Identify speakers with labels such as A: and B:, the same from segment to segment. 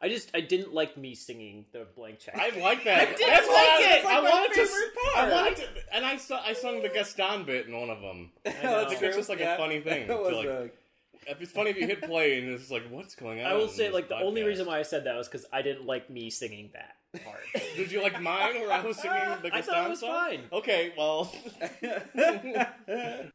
A: I just I didn't like me singing the blank check.
B: I like that.
A: didn't
B: That's
A: like
B: why I,
A: it.
B: I
C: That's my
B: wanted to.
C: favorite
B: I
C: part.
B: wanted to, and I su- I sung the Gaston bit in one of them.
A: know.
C: that's
A: It's
C: true.
B: just like a
C: yeah.
B: funny thing
C: That
B: to,
C: was
B: like-
C: uh,
B: If It's funny if you hit play and it's like, what's going on?
A: I will
B: in
A: say
B: this
A: like the only
B: podcast?
A: reason why I said that was because I didn't like me singing that part.
B: Did you like mine where I was singing the Gaston
A: I thought it was
B: song?
A: fine.
B: Okay, well.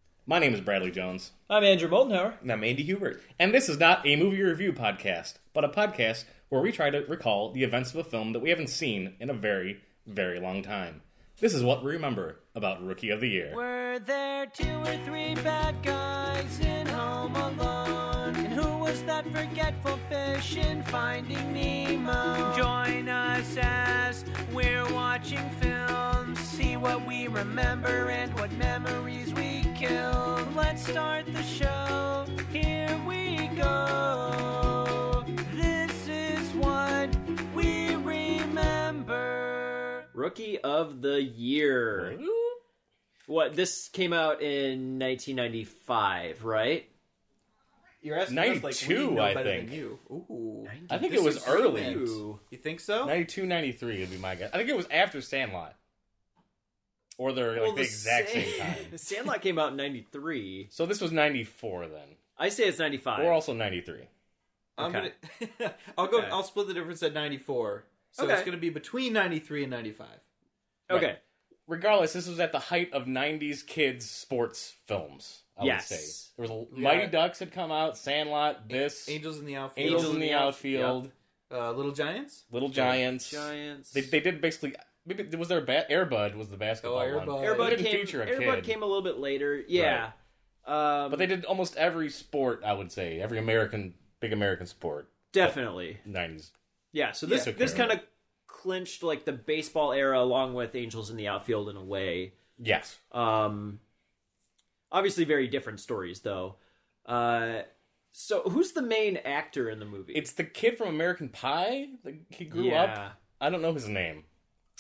B: My name is Bradley Jones.
D: I'm Andrew Moldenhauer.
C: and I'm Andy Hubert.
B: And this is not a movie review podcast, but a podcast where we try to recall the events of a film that we haven't seen in a very, very long time. This is what we remember about Rookie of the Year.
D: Were there two or three bad guys in Home Alone? And who was that forgetful fish in Finding Nemo? Join us as we're watching films. See what we remember and what memories we kill. Let's start the show. Here we go. This is what we remember.
A: Rookie of the year. What this came out in 1995, right?
C: You're asking us like we
B: 92,
C: know
B: I
C: better
B: think.
C: than you. Ooh,
B: I think
C: This
B: it was
C: is
B: early.
C: huge. you think so?
B: 92, 93 would be my guess. I think it was after Sandlot. Or they're like
A: Well,
B: the exact same, time.
A: Sandlot came out in 93.
B: So this was 94 then.
A: I say it's 95.
B: Or also 93.
C: I'm
A: Okay.
C: gonna. I'll go.
B: Okay.
C: I'll split the difference at 94. So it's
A: Okay.
C: gonna be between 93 and 95.
A: okay.
B: Right. Regardless, this was at the height of 90s kids sports films, I
A: Yes.
B: would say. There was a, Mighty Ducks had come out, Sandlot, this,
C: Angels in the outfield.
B: Angels in the Outfield,
C: Uh, Little Giants.
B: Little Giants.
A: Giants.
B: They, they did basically. Maybe was their ba- Air Bud was the basketball
C: Oh, Air
B: one.
C: Bud.
A: Air Bud
B: They didn't
A: came.
B: feature a
A: Air Bud
B: kid.
A: came a little bit later. Yeah. Um,
B: But they did almost every sport, I would say, every American big American sport,
A: definitely.
B: nineties.
A: Yeah. So this
B: Yeah.
A: this
B: Okay.
A: kind of clinched like the baseball era along with Angels in the Outfield in a way.
B: Yes,
A: Um, obviously, very different stories though. Uh, so who's the main actor in the movie?
B: it's the kid from American Pie. The, he grew
A: Yeah.
B: up. I don't know his name.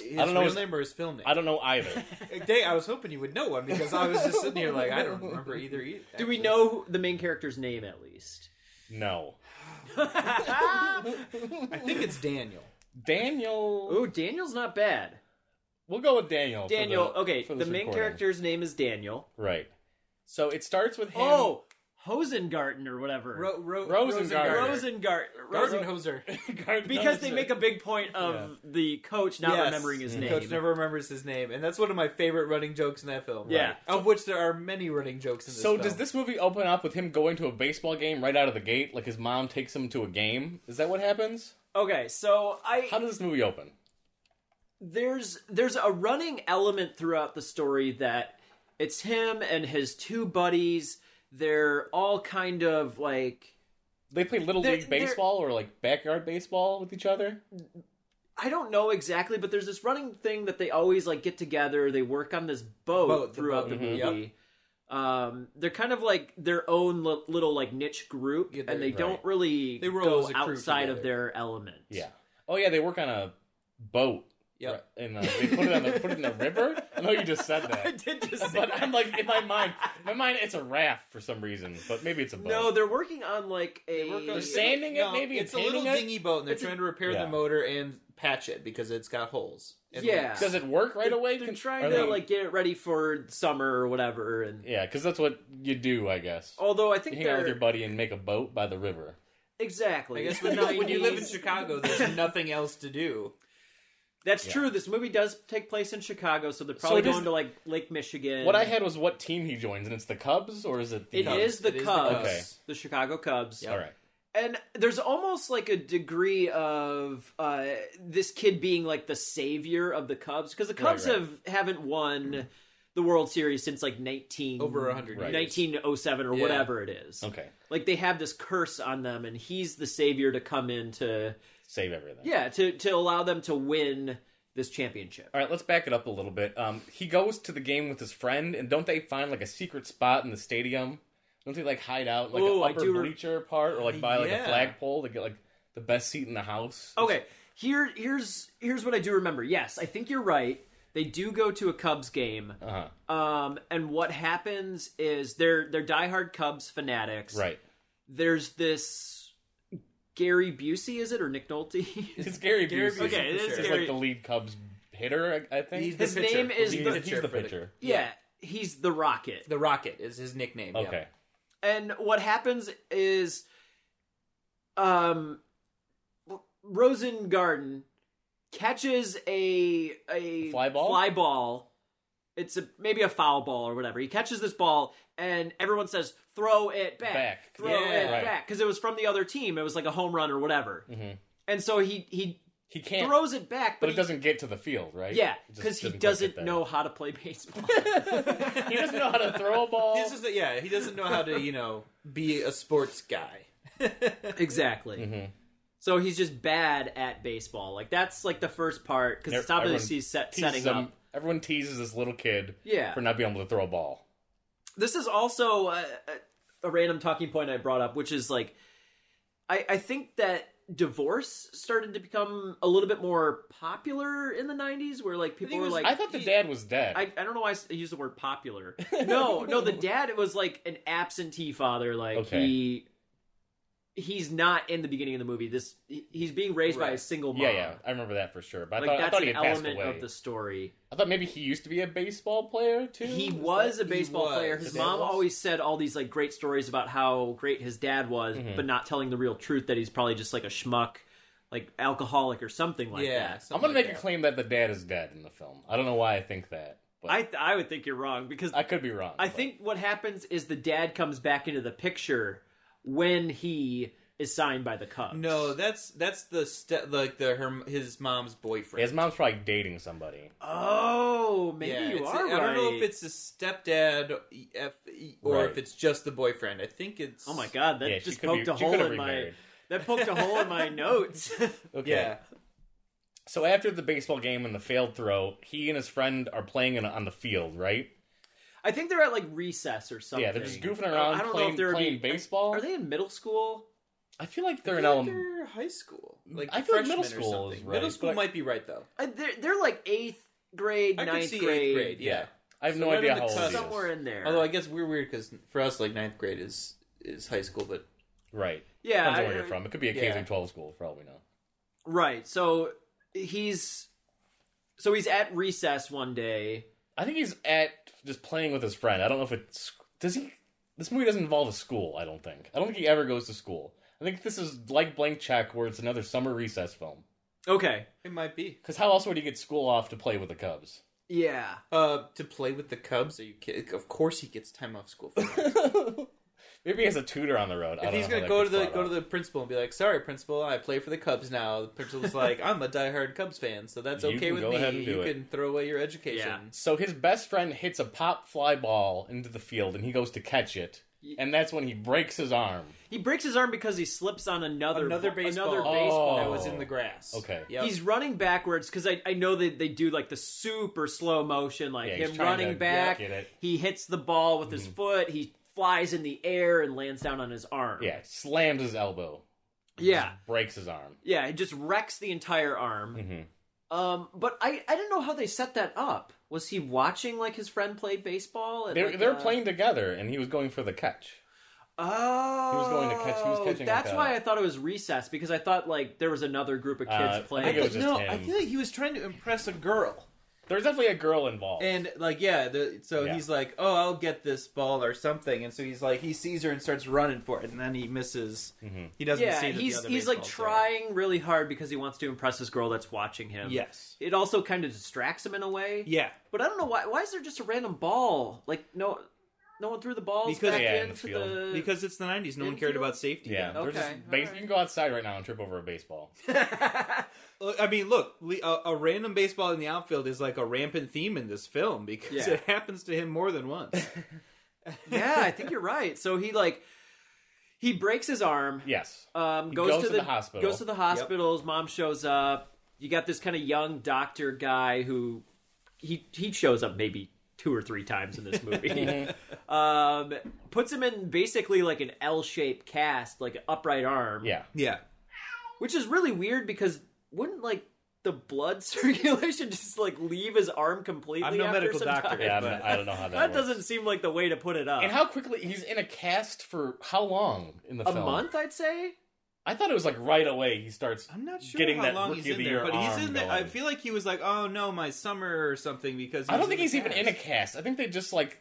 C: His
B: don't know
C: real
B: his-
C: name or his film name.
B: I don't know either.
C: Dang, I was hoping you would know one because I was just sitting here like I don't remember either. e- either
A: Do we know who- the main character's name at least?
B: no,
C: I think it's Daniel.
B: Daniel.
A: Oh, Daniel's not bad.
B: We'll go with Daniel. for
A: Daniel.
B: the-
A: okay,
B: for
A: the
B: this
A: main
B: recording.
A: character's name is Daniel.
B: Right. So it starts with him.
A: Oh, Hosengarten or whatever.
C: Ro- ro-
B: Rosengarten.
A: Rosengarten. Rosen-
C: Rosenhoser.
A: because they make a big point of the coach not
C: Yes.
A: remembering his
C: The
A: name.
C: Coach never remembers his name, and that's one of my favorite running jokes in that film.
A: Yeah.
C: of which there are many running jokes in this.
B: So
C: film.
B: does this movie open up with him going to a baseball game right out of the gate? Like his mom takes him to a game. Is that what happens?
A: Okay, so I
B: How does this movie open?
A: there's there's a running element throughout the story that it's him and his two buddies. They're all kind of like
B: They play little
A: They're-
B: league
A: they're-
B: baseball or like backyard baseball with each other.
A: I don't know exactly, but there's this running thing that they always like get together. They work on this boat,
C: Boat, the
A: throughout the,
C: boat, mhm,
A: movie. Um, they're kind of like their own li- little like niche group,
C: Yeah,
A: and they
C: they're-
A: don't really
C: They roll
A: go
C: as a crew
A: outside of
C: together.
A: their element.
B: Yeah. Oh yeah, they work on a boat.
C: Yep.
B: Right, And uh, they put it on the put it in the river. I know you just said
A: I
B: that,
A: did just say
B: but I'm like in my mind, my mind, it's a raft for some reason, but maybe it's a boat.
A: no. They're working on like a
C: work on-
B: They're sanding it,
C: No,
B: maybe
C: it's a
B: and
C: little
B: painting it?
C: dingy boat, and they're
A: It's a-
C: trying to repair
B: Yeah.
C: the motor and patch it because it's got holes. and
A: Yeah.
C: leaks.
B: Does it work right away?
A: They're
B: Can-
A: trying
B: are
A: to
B: they-
A: like get it ready for summer or whatever. And
B: Yeah, because that's what you do, I guess.
A: although Oh, I think
B: You hang out
A: they're
B: with your buddy and make a boat by the river.
A: exactly.
C: I guess
A: It's
C: when
A: the
C: you, when you live in
A: 90s.
C: Chicago, there's nothing else to do.
A: That's
B: Yeah.
A: true. This movie does take place in Chicago, so they're probably
B: it is-
A: going to like Lake Michigan.
B: What I had was what team he joins, and it's the Cubs or is it the
A: It
B: Cubs?
A: is the
C: It is the
A: Cubs,
B: Cubs. Okay.
A: the Chicago Cubs,
C: Yeah.
B: All right.
A: and there's almost like a degree of uh, this kid being like the savior of the Cubs because the Cubs
B: right.
A: have haven't won the World Series since like 19
C: Over a hundred
B: Right.
C: years.
A: 1907 or
C: Yeah.
A: whatever it is.
B: Okay.
A: Like they have this curse on them, and he's the savior to come in to
B: Save everything.
A: yeah to to allow them to win this championship.
B: All right, let's back it up a little bit. Um, he goes to the game with his friend, and don't they find like a secret spot in the stadium? Don't they like hide out like
A: Ooh, I
B: an upper
A: do re-
B: bleacher part, or like by like
C: Yeah.
B: a flagpole to get like the best seat in the house?
A: Okay, here here's here's what I do remember. Yes, I think you're right. They do go to a Cubs game.
B: Uh-huh.
A: Um, and what happens is they're they're diehard Cubs fanatics.
B: Right.
A: There's this Gary Busey, is it or Nick Nolte?
B: It's Gary
C: Gary
B: Busey.
C: Busey,
A: Okay,
C: for
A: it's
C: sure.
B: He's
A: Gary-
B: like the lead Cubs hitter, I, I think.
C: He's
A: His
C: the pitcher.
A: name is
B: He's
A: the-
B: the, he's the
C: for the-
B: pitcher.
A: yeah, he's the Rocket.
C: The Rocket is his nickname. yeah.
B: Okay.
A: and what happens is um Rosengarten catches a a
B: Fly ball?
A: fly ball. It's a, maybe a foul ball or whatever. He catches this ball and everyone says throw it back.
B: Back.
A: Throw
C: Yeah.
A: it
B: Right.
A: back cuz it was from the other team. It was like a home run or whatever.
B: Mhm.
A: And so he he
B: He can't,
A: throws it back
B: but
A: but,
B: it
A: he,
B: doesn't get to the field, right?
A: yeah,
B: It just
A: cuz he
B: quite get
A: doesn't
B: there.
A: know how to play baseball.
B: He doesn't know how to throw a ball.
C: This is the, yeah. He doesn't know how to you know be a sports guy.
A: Exactly.
B: Mm-hmm.
A: So he's just bad at baseball. Like that's like the first part because it's top of
B: Everyone
A: the season set,
B: teases
A: setting
B: him-
A: up.
B: Everyone teases this little kid
A: Yeah.
B: for not being able to throw a ball.
A: This is also a, a, a random talking point I brought up, which is like, I I think that divorce started to become a little bit more popular in the '90s, where like people
C: it
A: were
C: was-
A: like,
B: I thought the
A: he-
B: dad was dead.
A: I, I don't know why I s- I used the word popular. No, no, the dad was like an absentee father. Like
B: Okay.
A: he, he's not in the beginning of the movie. This he- he's being raised by a
C: Right.
A: single mom.
B: yeah, yeah, I remember that for sure. But I
A: like
B: thought, I
A: that's
B: thought he
A: an
B: had passed
A: element
B: away.
A: of the story.
B: I thought maybe he used to be a baseball player too.
A: He
B: Is that-
A: was a
C: He
A: baseball
C: was.
A: player. His
C: His dad
A: mom
C: was?
A: always said all these like great stories about how great his dad was,
B: Mm-hmm.
A: but not telling the real truth that he's probably just like a schmuck, like alcoholic or something like
C: yeah.
A: that.
B: I'm gonna make a claim that the dad is dead in the film. I don't know why I think that, but
A: I I would think you're wrong because
B: I could be wrong.
A: I
B: but-
A: think what happens is the dad comes back into the picture when he is signed by the Cubs.
C: No, that's that's the ste- like the her his mom's boyfriend.
B: his mom's probably dating somebody.
A: Oh, maybe
C: yeah,
A: you
C: it's-
A: are
C: I don't know if
A: right.
C: it's the stepdad if, or
B: Right.
C: if it's just the boyfriend. I think it's.
A: Oh my god, that
B: yeah, she
A: just
B: could
A: poked
B: be,
A: a
B: she
A: hole
B: could have
A: in my
B: remarried.
A: that poked a hole in my notes.
B: Okay.
C: Yeah.
B: So after the baseball game and the failed throw, he and his friend are playing in, on the field, right?
A: I think they're at like recess or something.
B: Yeah, they're just goofing around, playing-
A: they're
B: playing baseball.
A: Are they in middle school?
B: I feel like they're
C: I
B: in
C: feel like
B: elem-
C: they're high school. Like
B: I feel like
C: freshmen
B: middle school
C: or
B: is
C: something.
B: right,
C: Middle school
B: but-
C: might be right though.
A: Uh, They're, they're like eighth grade,
C: I
A: ninth
C: could see
A: grade,
C: eighth grade. Yeah.
B: I have
C: So
B: no
C: right
B: idea
C: on the
B: how old
C: cusp.
B: he is.
A: somewhere in there.
C: Although I guess we're weird because for us, like ninth grade is is high school, but
B: Right.
A: yeah,
B: Depends on
A: I-
B: where you're from. It could be a K
C: yeah.
B: through 12 school, for all we know.
A: Right. So he's so he's at recess one day.
B: I think he's at just playing with his friend. I don't know if it's does he. This movie doesn't involve a school. I don't think. I don't think he ever goes to school. I think this is like Blank Check, where it's another summer recess film.
A: Okay.
C: it might be.
B: Because how else would he get school off to play with the Cubs?
A: Yeah.
C: Uh, to play with the Cubs, are you kidding? Of course, he gets time off school. For that.
B: Maybe he has a tutor on the road. I
C: if
B: don't
C: he's
B: know
C: gonna
B: how
C: go
B: that
C: to the
B: gets
C: go to
B: brought up.
C: the principal and be like, "Sorry, principal, I play for the Cubs now." The principal's like, "I'm a diehard Cubs fan, so that's
B: You
C: okay
B: can
C: with
B: go
C: me.
B: ahead and do
C: you
B: it."
C: can throw away your education."
A: Yeah.
B: So his best friend hits a pop fly ball into the field, and he goes to catch it, and that's when he breaks his arm.
A: He breaks his arm because he slips on another
C: Another baseball.
A: Another
C: Oh.
A: baseball.
C: That was in the grass.
B: Okay.
C: Yep.
A: He's running backwards because I, I know that they do like the super slow motion, like
B: Yeah, he's
A: him
B: trying
A: running
B: to
A: back.
B: get it. Mm-hmm.
A: He hits the ball with his foot. He flies in the air and lands down on his arm.
B: Yeah, slams his elbow,
A: yeah,
B: breaks his arm.
C: Oh
A: yeah. It just wrecks the entire arm.
B: Mm-hmm.
A: Um, but I I didn't know how they set that up. Was he watching like his friend play baseball? at,
B: They're
A: like, uh,
B: they're
A: a-
B: playing together, and he was going for the catch.
A: Oh,
B: going to catch- he was catching,
A: That's
B: like, a-
A: why I thought it was recess because I thought like there was another group of kids
B: Uh, I think
A: playing.
B: it was just
C: no,
B: him.
C: I feel like he was trying to impress a girl.
B: There's definitely a girl involved.
C: And like yeah, the, so
B: Yeah.
C: he's like, "Oh, I'll get this ball or something," and so he's like, he sees her and starts running for it, and then he misses.
B: Mm-hmm.
C: He doesn't
A: yeah,
C: see. that the
A: he's
C: other
A: he's like
C: baseball's
A: trying really hard because he wants to impress his girl that's watching him.
C: there. Yes.
A: It also kind of distracts him in a way.
C: Yeah.
A: But I don't know why. Why is there just a random ball? Like no, no one threw the balls
C: Because-
A: back
B: Yeah, in the
A: into
B: field.
A: the.
C: Because it's the '90s, no one
A: Infield?
C: cared about safety.
B: yeah,
A: Okay,
B: there's just
A: all
B: base-
A: right.
B: you can go outside right now and trip over a baseball.
C: Look, I mean, look, le- a, a random baseball in the outfield is like a rampant theme in this film because
A: Yeah.
C: it happens to him more than once.
A: yeah, I think you're right. So he like he breaks his arm.
B: Yes,
A: Um, goes,
B: goes
A: to,
B: to the hospital.
A: Goes to the hospital. His mom shows up. You got this kind of young doctor guy who he he shows up maybe two or three times in this movie. um, puts him in basically like an L-shaped cast, like an upright arm.
B: yeah.
C: yeah,
A: which is really weird because wouldn't like the blood circulation just like leave his arm completely?
C: I'm no
A: after
C: medical
A: some
C: doctor,
A: time?
B: Yeah, I'm-
C: But-
B: I don't know how that,
A: That
B: works.
A: doesn't seem like the way to put it up.
B: And how quickly he's in a cast for how long in the
A: a
B: film?
A: month, I'd say.
B: I thought it was like right away he starts.
C: I'm not sure
B: Getting
C: how
B: that
C: long
B: Rookie
C: he's
B: of
C: in
B: the Year
C: there, but he's
B: arm
C: in there. I
B: going.
C: feel like he was like, "Oh no, my summer" or something because
B: I don't think
C: the
B: he's even in a
C: cast.
B: cast. I think they just like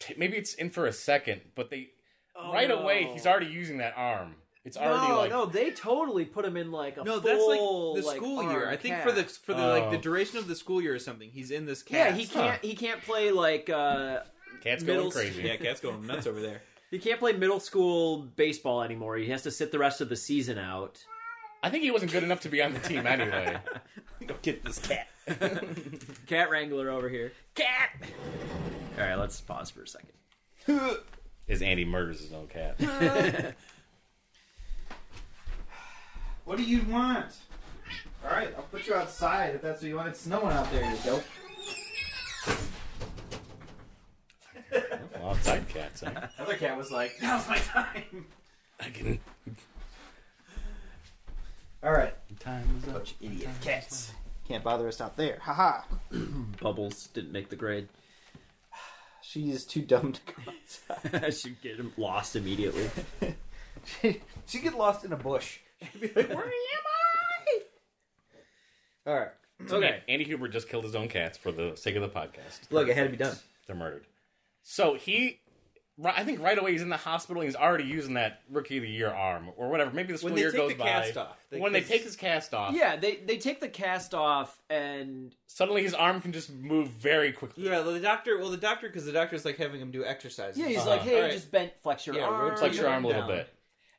B: t- maybe it's in for a second, but they
A: Oh,
B: right
A: no.
B: away he's already using that arm. It's already
A: no,
B: like
A: no, they totally put him in like a
C: No, that's like
A: full,
C: the school
A: arm
C: year. I think for the
A: cast.
C: for the like the
B: Oh.
C: duration of the school year or something, he's in this
A: yeah
C: cast.
A: he
B: Huh.
A: can't he can't play like uh
B: cat's
A: middle
B: going crazy.
C: Yeah, cat's going nuts over there.
A: he can't play middle school baseball anymore. He has to sit the rest of the season out.
B: I think he wasn't good enough to be on the team anyway.
C: Go get this cat.
A: Cat wrangler over here. Cat. All right, let's pause for a second.
B: Is Andy murders his own cat?
E: What do you want? All right, I'll put you outside if that's what you want. It's snowing out there, you dope.
B: well, outside cats. Huh?
E: Other cat was like, "Now's my time."
B: I can.
E: All right,
B: Time's up.
E: bunch of idiot cats. Can't bother us out there. Haha.
A: Bubbles didn't make the grade.
E: She's too dumb to go outside.
A: she get him lost immediately.
E: she she get lost in a bush. She'd be like, "Where am I?" All right,
A: Okay.
B: Andy Huber just killed his own cats for the sake of the podcast.
E: look, it had to be done.
B: They're murdered. So he, ri- I think right away he's in the hospital. and He's already using that rookie of the year arm or whatever. Maybe the school
C: When they
B: year
C: take
B: goes
C: the
B: by.
C: cast off, they-
B: when they
C: they-
B: take his cast off,
A: Yeah, they they take the cast off and
B: suddenly his arm can just move very quickly.
C: Yeah, well, the doctor. Well, the doctor because the doctor's like having him do exercises.
A: yeah, he's
B: Uh-huh.
A: like, "Hey,
C: All right.
A: just bent flex your
C: Yeah,
A: arm,
C: rotate
B: Flex your
A: bend
B: arm a little
A: down."
B: bit.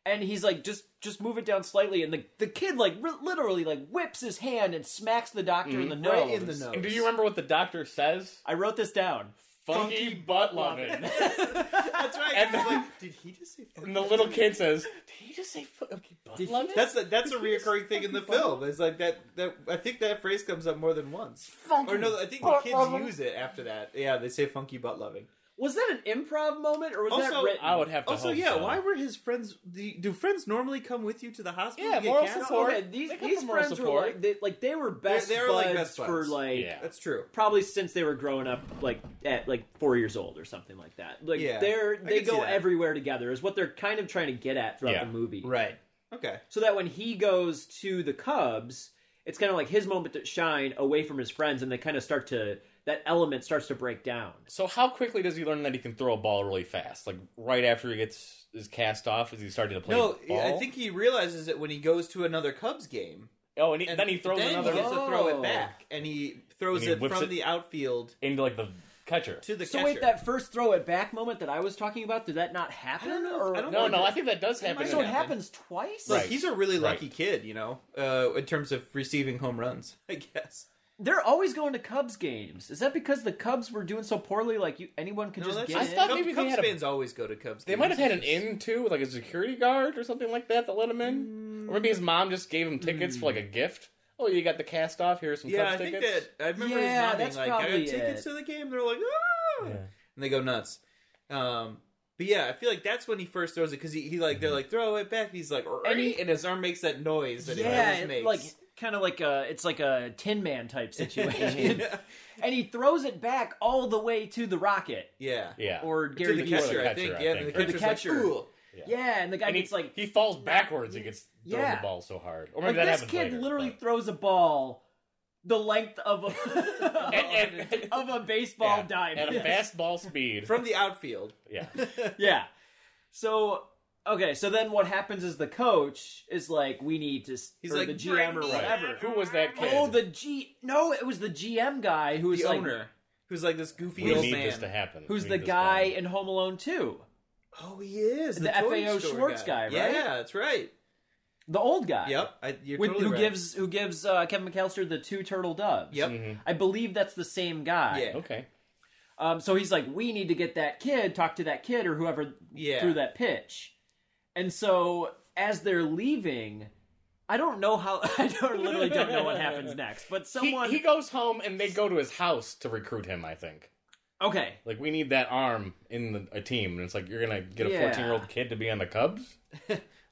A: and he's like, "Just just move it down slightly." And the the kid like ri literally like whips his hand and smacks the doctor in the
C: Mm-hmm.
A: nose.
E: Right in the nose.
B: And do you remember what the doctor says?
A: I wrote this down.
B: Funky, butt loving.
C: that's right.
B: And-
C: It's like, did he just say?
B: and the little kid says, "Did he just say funky butt loving?"
C: That's a, that's a reoccurring thing in the film. It's like that that I think that phrase comes up more than once. Or no, I think the
E: butt
C: kids
E: loving.
C: use it after that. Yeah, they say funky butt loving.
A: Was that an improv moment or was that
C: Also,
A: written?
B: I would have to.
C: Also,
B: hope
C: Oh, yeah,
B: so.
C: why were his friends? Do, do friends normally come with you to the hospital?
B: Yeah,
C: to get
B: moral
C: cast?
B: support.
A: Okay, these
B: They come
A: these
B: from moral
A: friends were
B: support.
A: like they like they were best
C: they were, like,
A: buds
C: best
A: for
C: buds.
A: like
B: Yeah.
C: That's true.
A: probably since they were growing up like at like four years old or something like that like
C: Yeah,
A: they're
C: I
A: they
C: can see
A: go
C: that.
A: everywhere together is what they're kind of trying to get at throughout
B: Yeah.
A: the movie
C: Right. Okay.
A: so that when he goes to the cubs it's kind of like his moment to shine away from his friends and they kind of start to that element starts to break down
B: So how quickly does he learn that he can throw a ball really fast? Like right after he gets his cast off, is he starting to play?
C: No,
B: ball?
C: I think he realizes it when he goes to another Cubs game.
B: Oh, and, he,
C: And
B: then he throws
C: then
B: another
C: He gets to throw
A: Oh.
C: it back, and he throws
B: And he
C: it
B: whips
C: from
B: it-
C: the outfield
B: into like the catcher.
C: to the
A: so
C: catcher.
A: wait that first throw it back moment that i was talking about did that not happen
C: don't know if-
A: or
C: I don't
B: No,
C: know.
B: no, I think that does happen.
C: might-
A: so it
B: in-
A: happens twice
C: Look,
B: Right.
C: he's a really
B: Right.
C: lucky kid, you know, uh, in terms of receiving home runs. I guess.
A: they're always going to cubs games is that because the cubs were doing so poorly like you anyone can
C: No,
A: just
C: that's
A: get
B: I
A: in?
B: thought
C: Cub-
B: maybe they
C: Cubs
B: had a-
C: fans always go to Cubs.
B: They
C: games.
B: might have had an in too, like a security guard or something like that that let him in, or maybe his mom just gave him tickets for like
A: Hmm.
B: a gift. Oh, you got the cast off. Here's some
C: Yeah, I
B: Cubs
C: think
B: tickets.
C: that I remember
A: Yeah, that's
C: his mom being like, "I
A: probably
C: got tickets
A: it.
C: to the game." They're like, "Ah!"
B: Yeah.
C: and they go nuts. Um, but yeah, I feel like that's when he first throws it because he, he like they're like throw it back. He's like, and,
B: Mm-hmm. And he-
C: and his arm makes that noise that
A: yeah,
C: he always
A: it-
C: makes.
A: like kind of like a it's like a Tin Man type situation, and he throws it back all the way to the rocket
C: yeah,
B: Yeah.
A: or Gary
C: to the
A: Bueller.
C: catcher, I
B: catcher,
C: think.
B: I
C: Yeah,
B: think.
C: the
B: Or the
C: catcher's
A: catcher.
C: like, "Ooh."
A: Yeah, and the guy
B: and he,
A: gets like
B: he falls backwards. He gets thrown
A: Yeah.
B: the ball so hard. Or
A: like
B: maybe that
A: this
B: happens
A: kid
B: later,
A: literally
B: but-
A: throws a ball the length of a
B: And- and-
A: of a baseball
B: yeah,
A: diamond.
B: at a fastball speed.
C: from the outfield.
B: yeah,
A: yeah. So okay, so then what happens is the coach is like, we need to. s-
C: He's
A: or
C: like,
A: the GM or
C: "Bring me
A: whatever.
B: who was that kid?
A: Oh, the G. No, it was the GM guy who was
C: the
A: like,
C: owner, who's like this goofy
B: we
C: old
B: need
C: man.
B: this to happen.
A: who's
B: We
A: the
B: need this
A: guy
B: to
A: in
B: happen.
A: Home Alone 2.
C: Oh, he is
A: The
C: toy
A: FAO
C: store
A: Schwartz guy, right?
C: Yeah, that's right.
A: The old guy.
C: Yep, I, you're
A: With,
C: totally
A: who
C: right.
A: gives who gives uh, Kevin McAllister the two turtle doves?
C: Yep.
A: I believe that's the same guy.
C: Yeah.
B: Okay.
A: Um, so he's like, we need to get that kid, talk to that kid or whoever
C: Yeah.
A: threw that pitch. And so as they're leaving, I don't know how. I don't, literally don't know what happens next. But someone.
B: He, he goes home and they go to his house to recruit him. I think.
A: okay.
B: Like we need that arm in the, a team, and it's like you're gonna get a
A: Yeah.
B: 14 year old kid to be on the Cubs.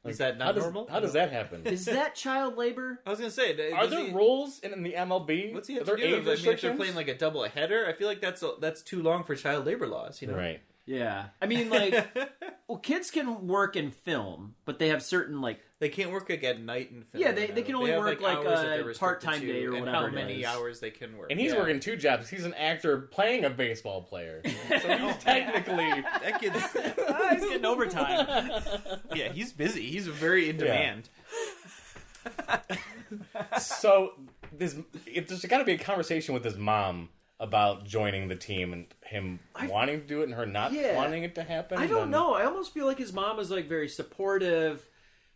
C: Is that
B: how
C: not
B: does,
C: normal?
B: How does that happen?
A: Is that child labor?
C: I was gonna say, th-
B: Are
C: does
B: there
C: he-
B: rules in, in the MLB?
C: What's he have
B: Are there
C: to do?
B: age
C: If, I mean, if they're
B: restrictions?
C: playing like a double header, I feel like that's that's too long for child labor laws. You know,
B: right.
A: Yeah. I mean, like, well, kids can work in film, but they have certain, like,
C: They can't work like at night in film.
A: Yeah, they-
C: though.
A: they can only
C: have,
A: work, like,
C: hours that
A: a
C: they're restricted
A: part-time
C: to
A: day or
C: and
A: whatever
C: How
A: it
C: many
A: is.
C: hours they can work?
B: And he's
C: Yeah.
B: working two jobs. He's an actor playing a baseball player. So he's technically.
C: That kid's
A: ah, he's getting overtime.
C: yeah, he's busy. He's very in
B: Yeah.
C: demand.
B: so this, it, there's got to be a conversation with his mom about joining the team and him wanting to do it and her not
A: Yeah.
B: wanting it to happen.
A: I don't
B: and-
A: know. I almost feel like his mom is like very supportive.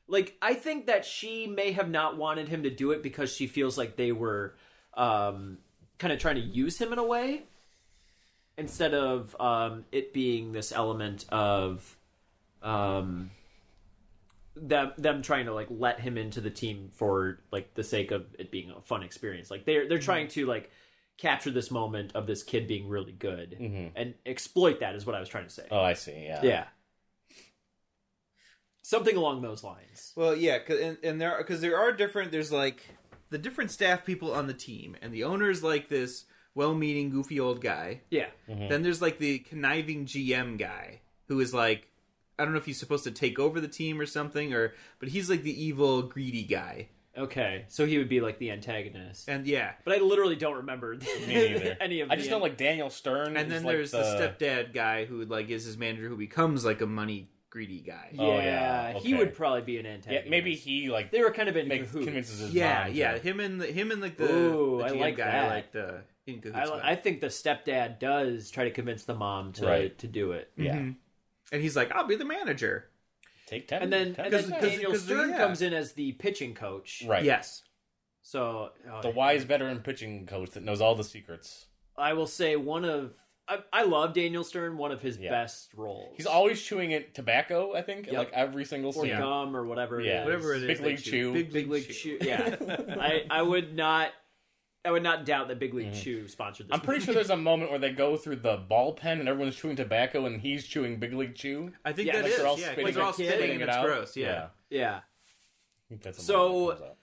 A: Like I think that she may have not wanted him to do it because she feels like they were um, kind of trying to use him in a way instead of um, it being this element of um, them them trying to like let him into the team for like the sake of it being a fun experience. Like they're they're trying to like capture this moment of this kid being really good and exploit that is what I was trying to say.
B: Oh, I see. Yeah.
A: Yeah. Something along those lines.
C: Well, yeah, 'cause- and, and there because there are different. There's like the different staff people on the team, and the owner's like this well-meaning, goofy old guy.
A: Yeah.
B: Mm-hmm.
C: Then there's like the conniving GM guy who is like, I don't know if he's supposed to take over the team or something, or but he's like the evil, greedy guy.
A: Okay. So he would be like the antagonist.
C: And yeah,
A: But I literally don't remember
B: Me neither.
A: any of
B: I
A: the
B: just know like Daniel Stern.
C: and
B: is,
C: then
B: like,
C: there's the... stepdad guy who like is his manager who becomes like a money greedy guy.
A: Yeah,
B: Oh, yeah.
A: he would
B: Okay.
A: probably be an antagonist.
B: Yeah, maybe he like
A: they were kind of in
B: makes,
A: cahoots.
B: convinces his
C: yeah,
B: mom. to-
C: yeah, him and the, him and like the,
A: Ooh,
C: the
A: I
C: GM
A: like
C: guy
A: that.
C: are like the in cahoots
A: I,
C: with.
A: I think the stepdad does try to convince the mom to
B: Right.
A: to do it.
B: yeah.
C: Mm-hmm. and he's like, I'll be the manager.
B: Take ten.
A: And then,
B: ten-
A: and then
C: 'Cause- 'cause-
A: Daniel
C: 'cause,
A: Stern
C: yeah.
A: comes in as the pitching coach.
B: right.
C: Yes,
A: So oh,
B: The wise veteran pitching coach that knows all the secrets.
A: I will say one of I, I love Daniel Stern. One of his
B: Yeah.
A: best roles.
B: He's always chewing it tobacco. I think
A: Yep.
B: like every single
A: or
B: scene.
A: gum or whatever. It
B: Yeah.
A: is.
C: whatever it is,
B: Big
C: they
B: League
C: choose.
B: Chew.
C: Big,
A: Big League Chew. Yeah, I I would not. I would not doubt that Big League Chew sponsored this.
B: Mm-hmm. I'm pretty sure there's a moment where they go through the ball pen and everyone's chewing tobacco and he's chewing Big League Chew.
C: I think
A: Yeah,
C: that
A: like
C: is.
B: they're all
C: yeah, 'cause
B: spitting
C: they're all
A: it- spitting
C: spitting and
B: it
C: it's
B: out.
C: gross. yeah.
A: yeah.
B: I think that's a
A: So-
B: moment that comes up.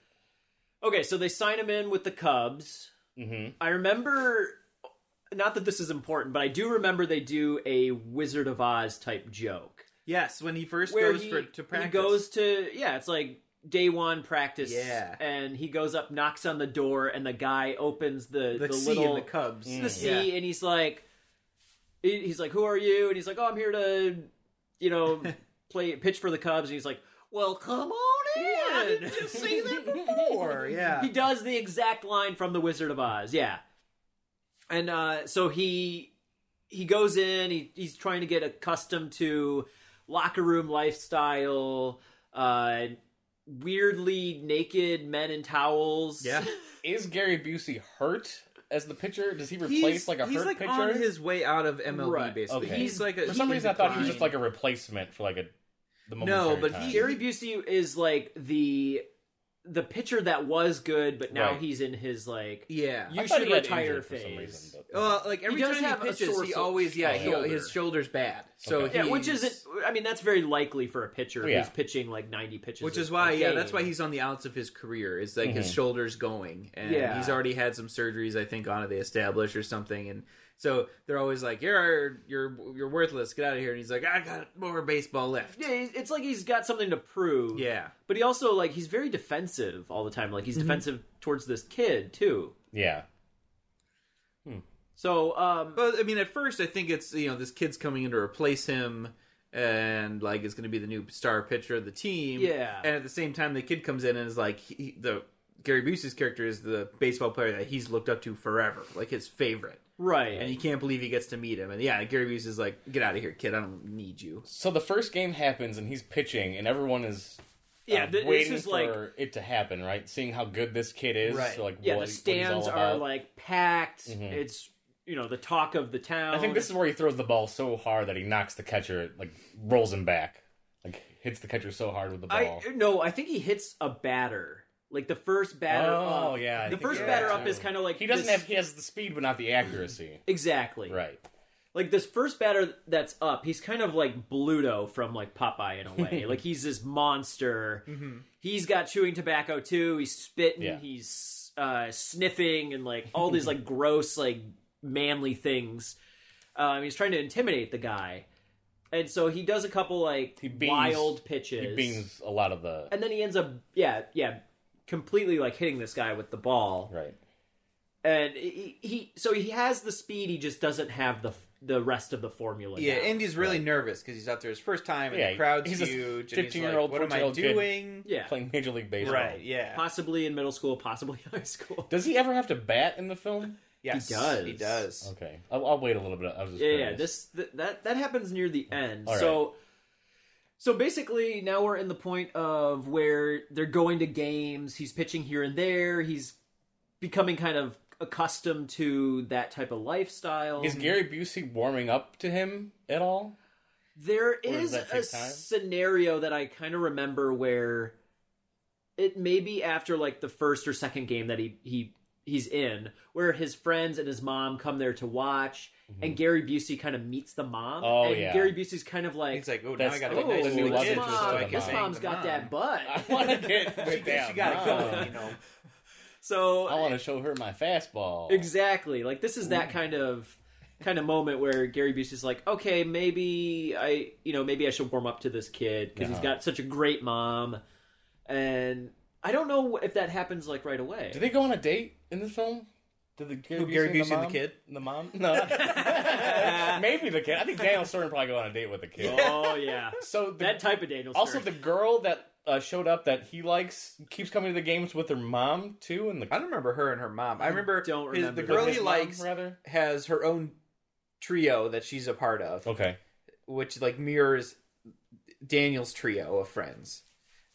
A: Okay, so they sign him in with the Cubs.
B: Mhm.
A: I remember. Not that this is important, but I do remember they do a Wizard of Oz type joke
C: Yes, when he first
A: where
C: goes
A: he,
C: for to practice.
A: he goes to yeah, it's like day one practice,
C: Yeah.
A: and he goes up, knocks on the door, and the guy opens the
C: the,
A: the
C: C
A: little
C: in the Cubs.
B: Mm.
A: to the sea, and he's like, he- he's like, who are you? And he's like, oh, I'm here to, you know, play pitch for the Cubs. And he's like, well, come on in.
C: see that before. Yeah.
A: he does the exact line from The Wizard of Oz. Yeah, and uh, so he he goes in. He, he's trying to get accustomed to locker room lifestyle. Uh, weirdly naked men in towels.
C: Yeah.
B: Is Gary Busey hurt as the pitcher? Does he replace like a
C: he's
B: hurt
C: like
B: pitcher?
C: on his way out of MLB
A: Right.
C: basically.
B: Okay.
C: He's like a,
B: For some reason, I thought he was just
C: decline.
B: like a replacement for like a the
C: No,
B: momentary
C: but
B: time.
C: he-
A: Gary Busey is like the the pitcher that was good, but now
B: Right.
A: he's in his like
C: yeah.
A: you
B: I thought
A: should
B: he got
A: retire
B: injured for some
A: phase.
B: reason, but-
C: Well, like every
A: does
C: time
A: have a
C: he pitches,
A: sore
C: he
A: sole-
C: always yeah he,
B: shoulder.
C: his shoulder's bad. So
B: Okay.
A: yeah, which
C: he's-
A: isn't. I mean, that's very likely for a pitcher
B: Yeah.
A: who's pitching like ninety pitches,
C: which
A: a-
C: is why
A: a
C: yeah
A: game.
C: that's why he's on the outs of his career. It's like his shoulders going, and
A: Mm-hmm. Yeah.
C: he's already had some surgeries I think on it they established or something, and so they're always like you're you're you're worthless, get out of here, and he's like I got more baseball left.
A: Yeah, he's- it's like he's got something to prove.
C: Yeah.
A: but he also like he's very defensive all the time. Like he's defensive towards this kid too.
B: yeah,
A: So um,
C: Well, I mean, at first, I think it's you know this kid's coming in to replace him, and like it's going to be the new star pitcher of the team.
A: Yeah.
C: And at the same time, the kid comes in and is like he, the Gary Busey's character is the baseball player that he's looked up to forever, like his favorite,
A: right,
C: and he can't believe he gets to meet him. And yeah, Gary Busey's like, "Get out of here, kid! I don't need you."
B: So the first game happens and he's pitching and everyone is uh,
A: yeah, th- this
B: waiting
A: is
B: for
A: like
B: it to happen, right? Seeing how good this kid is.
C: Right. Mm-hmm.
B: so, like
A: yeah,
B: what,
A: the
B: what he's all
A: stands are
B: about.
A: like packed. It's you know the talk of the town.
B: I think this is where he throws the ball so hard that he knocks the catcher, like rolls him back, like hits the catcher so hard with the
A: I
B: ball.
A: no, I think he hits a batter. Like the first batter.
B: Oh,
A: up.
B: yeah, I
A: uh, The
B: think
A: first
B: you're
A: batter
B: right,
A: up
B: too.
A: is kind of like
B: he doesn't
A: this-
B: have he has the speed but not the accuracy.
A: exactly
B: right.
A: Like this first batter that's up, he's kind of like Bluto from like Popeye in a way. like he's this monster. He's got chewing tobacco too. He's spitting.
B: Mm-hmm. Yeah.
A: He's uh, sniffing and like all these like gross like manly things. Um, he's trying to intimidate the guy, and so he does a couple like
B: He beans-
A: wild pitches.
B: He beans a lot of the
A: and then he ends up yeah yeah completely like hitting this guy with the ball
B: right.
A: and he, he so he has the speed he just doesn't have the the rest of the formula
C: Yeah,
A: down.
C: Andy's really nervous because he's out there his first time, and
B: Yeah,
C: the crowd's
B: he's a
C: huge. and he's like,
B: 15-year-old,
C: What am I
B: 14-year-old kid."
C: doing?
A: yeah
B: Playing Major League Baseball.
C: Right. Yeah.
A: possibly in middle school possibly high school
B: Does he ever have to bat in the film?
C: Yes,
A: does.
C: He does.
B: Okay, I'll, I'll wait a little bit. I was just
A: yeah yeah
B: curious.
A: this th- that that happens near the end
B: All
A: so so basically now we're in the point of where they're going to games he's pitching here and there he's becoming kind of accustomed to that type of lifestyle
B: is Gary Busey warming up to him at all?
A: There
B: does
A: is
B: that
A: a
B: take time?
A: scenario that I kind of remember where it may be after like the first or second game that he he he's in, where his friends and his mom come there to watch, and Gary Busey kind of meets the mom.
B: Mm-hmm. Oh,
A: and
B: yeah.
A: Gary Busey's kind of like,
C: He's like, oh, now
B: That's
C: I got to
A: oh,
C: look
B: the
C: nice to
B: new
C: the
B: love
A: this,
C: kids.
B: interest
C: so I
A: mom,
B: of the
C: can
A: this
B: mom.
C: bang
A: mom's
C: the
A: got
C: mom.
A: that butt.
B: I want to get with
C: She,
B: that
C: she got
B: mom.
C: to go. You know.
A: so
B: I want to show her my fastball.
A: Exactly. Like this is
C: Mm.
A: that kind of kind of moment where Gary Busey's like, okay, maybe I, you know, maybe I should warm up to this kid because he's
B: Uh-huh.
A: got such a great mom, and I don't know if that happens like right away.
B: Did they go on a date in this film? Did the Gary,
C: Who, Gary Busey
B: the,
C: and the
B: mom?
C: kid?
B: The mom? No. Maybe the kid. I think Daniel Stern probably go on a date with the kid.
A: oh yeah,
B: So the,
A: that type of Daniel.
B: also
A: Stern.
B: the girl that uh, showed up that he likes keeps coming to the games with her mom too, and the
C: I don't remember her and her mom. I remember,
A: don't
C: his-
A: remember
C: the
A: that.
C: girl
B: his
C: he
B: mom,
C: likes
B: rather.
C: has her own trio that she's a part of,
B: Okay.
C: which like mirrors Daniel's trio of friends.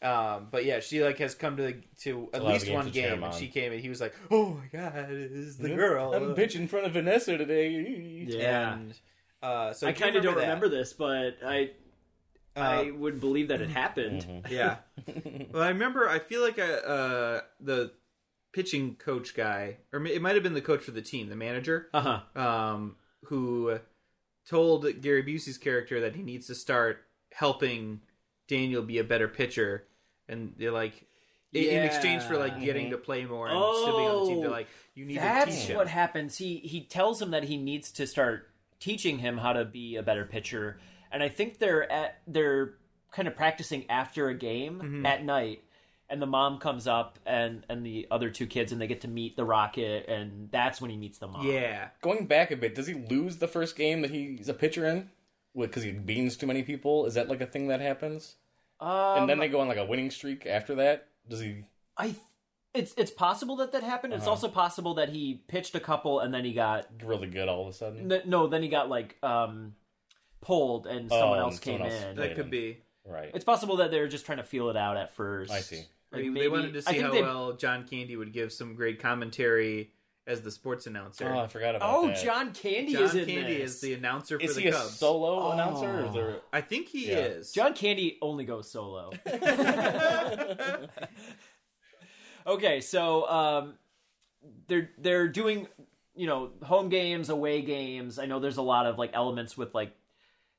C: Um, but yeah, she like has come to the, to at
B: lot of
C: least
B: games
C: one
B: to cheer him
C: game, and
B: on.
C: she came and he was like, "Oh my god, it's the girl."
B: I'm bitching in front of Vanessa today.
A: yeah.
C: And, uh, so
A: I
C: do you
A: kind of don't
C: that?
A: remember this, but I
C: Uh, mm-hmm.
A: I would believe that it happened.
C: yeah. well, I remember. I feel like I, uh, the pitching coach guy, or it might have been the coach for the team, the manager,
A: Uh huh.
C: um, who told Gary Busey's character that he needs to start helping Daniel be a better pitcher, and they're like. in- In
A: Yeah. Oh,
C: exchange for like getting to play more and still being on the team, they're like, "You need to
A: That's
C: teach him."
A: what happens. He he tells him that he needs to start teaching him how to be a better pitcher, and I think they're at they're kind of practicing after a game
B: Mm-hmm.
A: at night. And the mom comes up and and the other two kids, and they get to meet the Rocket, and that's when he meets the mom.
C: yeah,
B: Going back a bit, does he lose the first game that he's a pitcher in? Because he beans too many people? Is that like a thing that happens?
A: Um,
B: and then they go on like a winning streak after that? Does he.
A: I. th- It's it's possible that that happened.
B: Uh-huh.
A: It's also possible that he pitched a couple, and then he got
B: really good all of a sudden.
A: n- no, then he got like um pulled, and someone
B: Oh,
A: else came
B: someone else.
A: in.
C: that could be.
B: Right.
A: It's possible that they're just trying to feel it out at first.
B: I see.
A: Like,
C: Like,
A: maybe-
C: they wanted to
A: I
C: see
A: think
C: how
A: they-
C: well John Candy would give some great commentary as the sports announcer.
B: oh, I forgot about
A: Oh,
B: that.
A: John Candy
C: John
A: is in
C: Candy
A: this.
C: is the announcer for
B: Is
C: the
B: he a
C: Cubs.
B: solo
A: Oh.
B: announcer? Or is there...
C: I think he
B: Yeah.
C: is.
A: John Candy only goes solo. okay, so um, they're they're doing you know home games, away games. I know there's a lot of like elements with like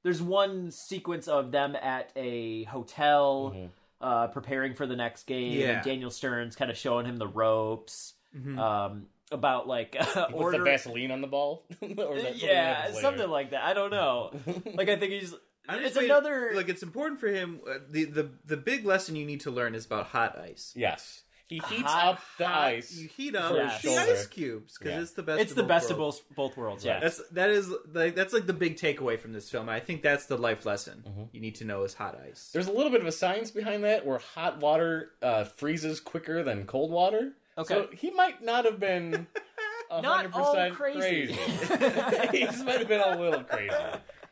A: there's one sequence of them at a hotel
B: Mm-hmm.
A: uh, preparing for the next game. and
C: Yeah. Mm-hmm.
A: Daniel Stern's kind of showing him the ropes um, about like uh,
B: What's the
A: order-
B: Vaseline on the ball? or is that something that
A: yeah,
B: happens
A: something
B: later?
A: like that. I don't know. like I think he's.
C: I'm just
A: It's
C: waiting-
A: another.
C: Like it's important for him. Uh, the, the the big lesson you need to learn is about hot ice.
B: Yes. He heats
A: Hot-
B: up the
C: Hot-
B: ice.
C: You heat up
A: For
C: the
A: his shoulder.
C: ice cubes because
B: Yeah.
C: it's the best.
A: it's
C: of
A: the
C: both
A: best of
C: worlds.
A: both both worlds. Yeah.
C: That's that is like that's like the big takeaway from this film. And I think that's the life lesson
B: Mm-hmm.
C: you need to know is hot ice.
B: There's a little bit of a science behind that where hot water uh, freezes quicker than cold water.
A: Okay.
B: So he might not have been 100%
A: Not all crazy.
B: he just might have been a little crazy.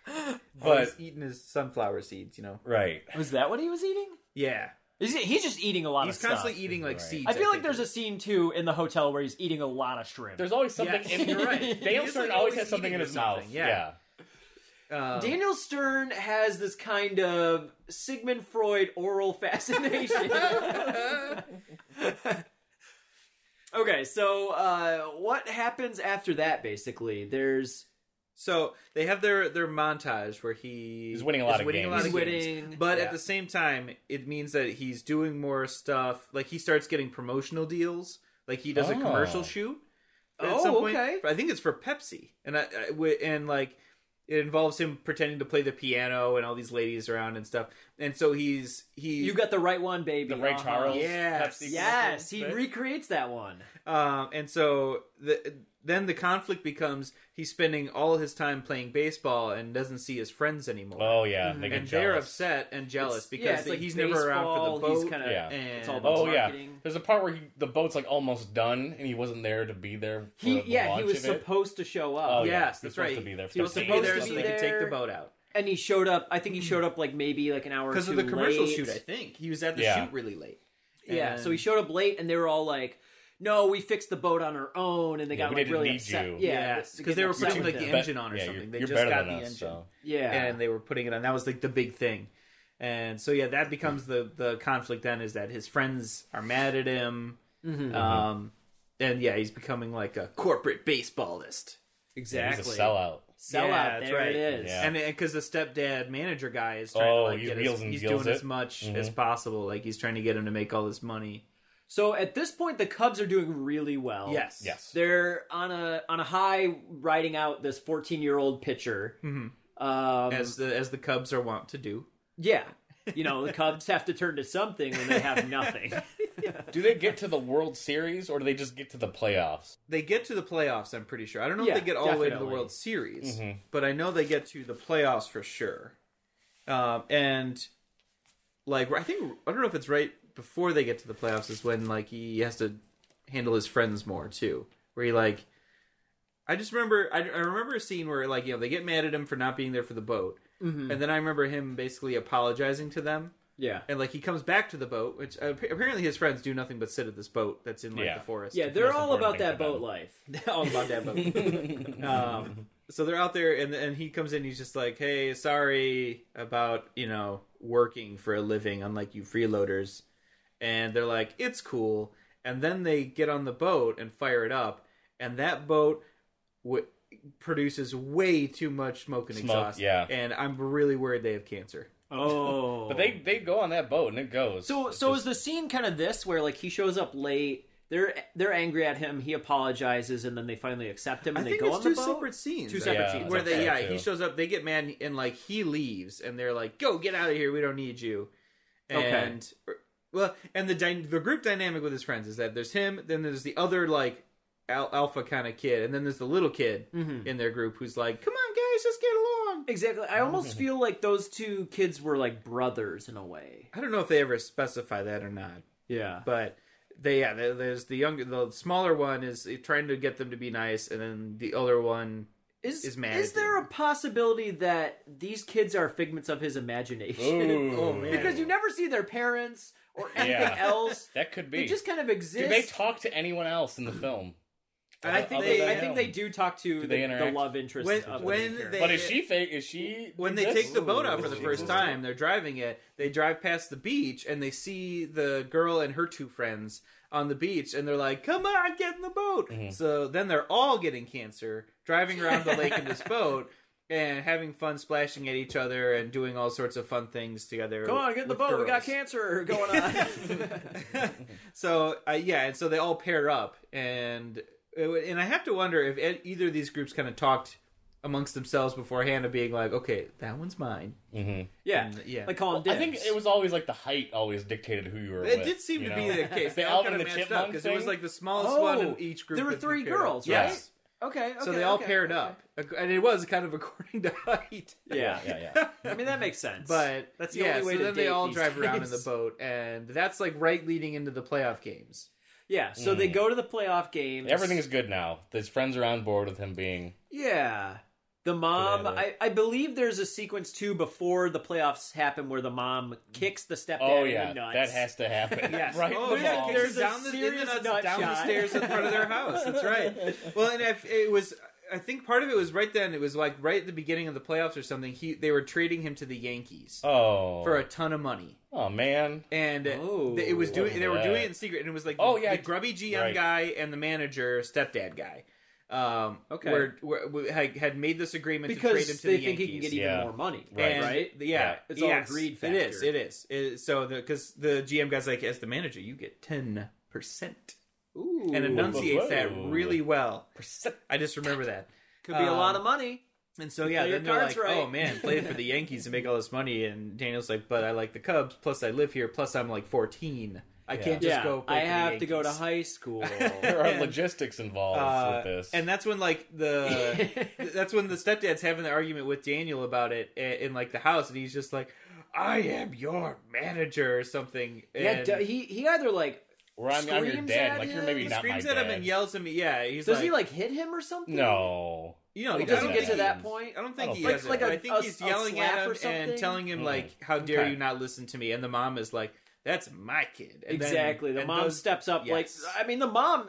C: Oh, he's
B: But,
C: eating his sunflower seeds, you know.
B: right.
A: Was that what he was eating?
C: Yeah,
A: Is he, he's just eating a lot
C: he's
A: of
C: constantly
A: stuff.
C: eating like
B: Right.
C: seeds.
A: I feel like
C: think.
A: there's a scene too in the hotel where he's eating a lot of shrimp.
B: There's always something
C: Yes,
B: in
C: you're right. He
B: Daniel
C: is,
B: Stern
C: like,
B: always
C: always
B: has something in
C: eating
B: his
C: or something,
B: mouth.
C: yeah. Um,
A: Daniel Stern has this kind of Sigmund Freud oral fascination. okay, so uh, what happens after that? Basically, there's
C: So they have their their montage where he
B: He's winning a lot
C: is
B: of
C: winning
B: games.
C: A
A: He's
C: lot of games.
A: winning,
C: But
A: yeah.
C: at the same time, it means that he's doing more stuff. Like he starts getting promotional deals. Like he does a
B: Oh.
C: commercial shoot. at
A: Oh,
C: some point.
A: okay.
C: I think it's for Pepsi, and I, I w- and like It involves him pretending to play the piano and all these ladies around and stuff. And so he's he
A: You got the right one, baby.
B: The Ray
A: Uh-huh.
B: Charles
C: Yes.
B: Pepsi
A: Yes,
B: commercial
A: he
B: bit.
A: recreates that one.
C: Um, and so the then the conflict becomes he's spending all his time playing baseball and doesn't see his friends anymore.
B: Oh yeah, they get
C: Mm-hmm. and they're
B: jealous.
C: upset and jealous
A: It's-
C: because
A: yeah, it's
C: the-
A: like
C: he's never around for the
A: baseball,
C: boat.
A: He's kind of
B: Yeah.
A: it's all
C: and-
A: about
B: Oh yeah,
A: marketing.
B: there's a part where he, the boat's like almost done, and he wasn't there to be there. For
A: He
B: the
A: yeah,
B: launch
A: he was
B: of it.
A: supposed to show up.
B: Oh, yeah.
C: yes,
B: He was
C: that's right.
B: supposed to be there for
C: He was
B: the
C: supposed to
B: dance
C: be there
B: and
C: so
B: stuff.
C: they could take the
A: There.
C: boat out
A: and he showed up. I think he showed up like maybe like an hour
C: because
A: because
C: of the commercial
A: late.
C: shoot. I think he was at the
B: Yeah.
C: shoot really late.
A: Yeah,
C: And-
A: so he showed up late, and they were all like, "No, we fixed the boat on our own," and they
B: Yeah,
A: got
B: we
A: like
B: didn't
A: really
B: need
A: upset.
B: you.
A: Yeah,
C: Yes, 'cause
A: getting
C: they were
A: upset
C: putting,
A: with
C: like, the
A: him.
B: But-
C: engine on or
B: yeah,
C: something.
B: You're,
C: They
B: you're
C: just
B: better
C: got
B: than
C: the
B: us,
C: engine.
B: so.
A: yeah,
C: and they were putting it on. That was like the big thing. And so yeah, that becomes the the conflict then is that his friends are mad at him.
A: Mm-hmm.
B: Mm-hmm.
C: Um, and yeah, he's becoming like a corporate baseballist.
A: exactly.
B: He's a sellout.
A: Sellout,
C: Yeah, that's
A: there
C: right.
A: it is.
B: Yeah.
C: And because the stepdad manager guy is trying
B: Oh,
C: to like
B: he's
C: get
B: wheels
C: his,
B: and
C: he's
B: deals
C: doing
B: it. Mm-hmm.
C: as much as possible. Like he's trying to get him to make all this money.
A: So at this point, the Cubs are doing really well.
C: Yes.
B: Oh, Yes.
A: they're on a on a high, riding out this 14 year old pitcher.
C: Mm-hmm.
A: Um,
C: As the as the Cubs are wont to do.
A: yeah, you know the Cubs have to turn to something when they have nothing.
B: Do they get to the World Series or do they just get to the playoffs?
C: They get to the playoffs, I'm pretty sure. I don't know
A: Yeah,
C: if they get all the way to the
A: definitely.
C: World Series, but I know they get to the playoffs for sure. Um, and like I think I don't know if it's right before they get to the playoffs is when like he has to handle his friends more too, where he like. I just remember I, I remember a scene where like you know they get mad at him for not being there for the boat, and then I remember him basically apologizing to them,
A: yeah,
C: and like he comes back to the boat, which uh, apparently his friends do nothing but sit at this boat that's in like
B: Yeah.
C: the forest.
A: yeah, they're
B: most
A: all
B: important
A: about
B: thing
A: that
B: for them.
A: boat life.
C: all about that boat. um, so they're out there, and and he comes in. He's just like, "Hey, sorry about you know working for a living, unlike you freeloaders." And they're like, "It's cool." And then they get on the boat and fire it up, and that boat w- produces way too much smoke and
B: Smoke,
C: exhaust.
B: yeah.
C: and I'm really worried they have cancer.
A: Oh,
B: But they they go on that boat and it goes.
A: So
B: It's
A: so
B: just-
A: is the scene kind of this where like he shows up late, they're they're angry at him, he apologizes, and then they finally accept him and
C: I
A: they
C: think
A: go
C: it's
A: on the
C: two
A: boat.
C: separate scenes.
A: Two
C: I
A: separate
B: Yeah,
A: scenes.
C: where they yeah
B: Okay.
C: he shows up they get mad and, and like he leaves and they're like go get out of here we don't need you
A: Okay.
C: and er, well and the dy- the group dynamic with his friends is that there's him then there's the other like al- alpha kind of kid and then there's the little kid
A: Mm-hmm.
C: in their group who's like come on guys just get along
A: Exactly. I almost feel like those two kids were like brothers in a way.
C: i don't know if they ever specify that or not
A: Yeah.
C: but they yeah there- there's the younger the smaller one is trying to get them to be nice and then the other one
A: Is
C: is mad
A: is
C: at you.
A: there a possibility that these kids are figments of his imagination?
B: Ooh.
C: Oh, man.
A: because you never see their parents or anything
B: Yeah.
A: else.
B: that could be.
A: They just kind of exist.
B: Do they talk to anyone else in the film?
A: I
C: uh,
A: think
B: Other
A: they,
B: than
A: I think
B: him?
A: they do talk to the,
B: they
A: the
B: interact?
A: love interest
C: When-
A: of the
C: when
A: main character.
C: they-
B: But is she fake? Is she
C: when they
B: exists?
C: take the boat out for the
B: Ooh.
C: first time, they're driving it. They drive past the beach and they see the girl and her two friends on the beach, and they're like, "Come on, get in the boat!" So then they're all getting cancer, driving around the lake in this boat, and having fun splashing at each other and doing all sorts of fun things together.
A: Come on, get in the
C: with
A: boat. We got
C: girls.
A: cancer going on.
C: So uh, yeah, and so they all pair up, and it would- and I have to wonder if e- either of these groups kind of talked amongst themselves beforehand of being like, "Okay, that one's mine."
B: Mm-hmm.
A: Yeah,
C: And, yeah.
A: Like calling dibs.
B: I think it was always like the height always dictated who you were
C: It
B: with.
C: did seem
B: you
C: to
B: know?
C: be the case.
B: They all did the chipmunk
C: because it was
B: thing?
C: like the smallest
A: Oh,
C: one in each group.
A: there were
C: that we
A: three
C: paired up.
A: girls,
B: right?
C: Yes.
A: okay, okay.
C: So they all
A: okay.
C: paired up, Ac- and it was kind of according to height.
A: Yeah,
B: Yeah, yeah.
A: I mean that makes sense.
C: But
A: That's the
C: yeah,
A: only way
C: so
A: to
C: then
A: date
C: they all
A: these
C: drive around in
A: days.
C: the boat, and that's like right leading into the playoff games.
A: yeah, so they go to the playoff games.
B: Mm. Everything is good now. His friends are on board with him being.
A: yeah. The mom,
B: Banana.
A: I, I believe there's a sequence too before the playoffs happen where the mom kicks the stepdad
B: Oh
A: in the
B: yeah,
A: nuts.
B: that has to happen.
A: Yes.
B: right.
A: Oh,
B: in the
A: yeah,
B: balls.
A: there's-
C: down
A: a
C: the, in the
A: serious
C: nuts,
A: nut
C: down the
A: shot.
C: stairs in front of their house. That's right. Well, and if it was, I think part of it was right then. It was like right at the beginning of the playoffs or something. He they were trading him to the Yankees
B: oh,
C: for a ton of money.
B: oh man.
C: and
A: Oh,
C: th- it was doing. They were
B: yeah.
C: doing it in secret, and it was like,
B: Oh,
C: the,
B: yeah,
C: the grubby GM
B: right.
C: guy and the manager stepdad guy. Um,
A: Okay.
C: were, were, were- had, had made this agreement to trade him
A: because
C: to
A: they
C: the
A: think
C: Yankees.
A: he can get even
B: Yeah.
A: more money,
B: Right.
C: And-
A: right?
C: Yeah, it's all yes,
A: greed
C: It is.
A: factor.
C: It is. It- so because the, GM guy's like, as the manager, you get ten percent,
A: Ooh,
C: and enunciates that
B: Whoa.
C: really well. I just remember that.
A: could be a lot
C: um,
A: of money.
C: And so yeah,
A: Play your
C: then they're
A: cards
C: like,
A: right.
C: "Oh man, play for the Yankees and make all this money." And Daniel's like, "But I like the Cubs. Plus, I live here. Plus, I'm like 14. I can't just
A: yeah,
C: go. Play
A: I
C: for the
A: have to go to
C: Yankees." Uh,
A: high school.
B: There are
C: And-
B: logistics involved
C: Uh,
B: with this.
C: And that's when like the that's when the stepdad's having the argument with Daniel about it eh, in, in like the house, and he's just like, "I am your manager" or something.
A: yeah,
C: and
A: d- he he either like
B: Where I'm, I'm your
A: screams
B: dad,
A: at
B: like you're
A: him,
B: maybe
C: he
B: not my
C: screams
B: dad.
C: at him and yells at me. Yeah, he's
A: does
C: like,
A: he like hit him or something?
B: No.
C: you know,
A: he
C: he
A: doesn't
B: doesn't
A: get to
B: hit
A: that
B: him.
A: point.
C: I don't think
B: I don't
C: he
B: think
C: has
B: so.
C: like,
B: Like
A: a-
C: I think
A: a-
C: he's
A: a
C: yelling
A: slap
C: at
A: or
C: him and
A: something?
C: telling him
B: Mm.
C: like, "How dare
B: Okay.
C: you not listen to me?" And the mom is like, "That's my kid." And then-
A: Exactly. the
C: and
A: mom
C: those-
A: steps up.
C: yes.
A: Like I mean, the mom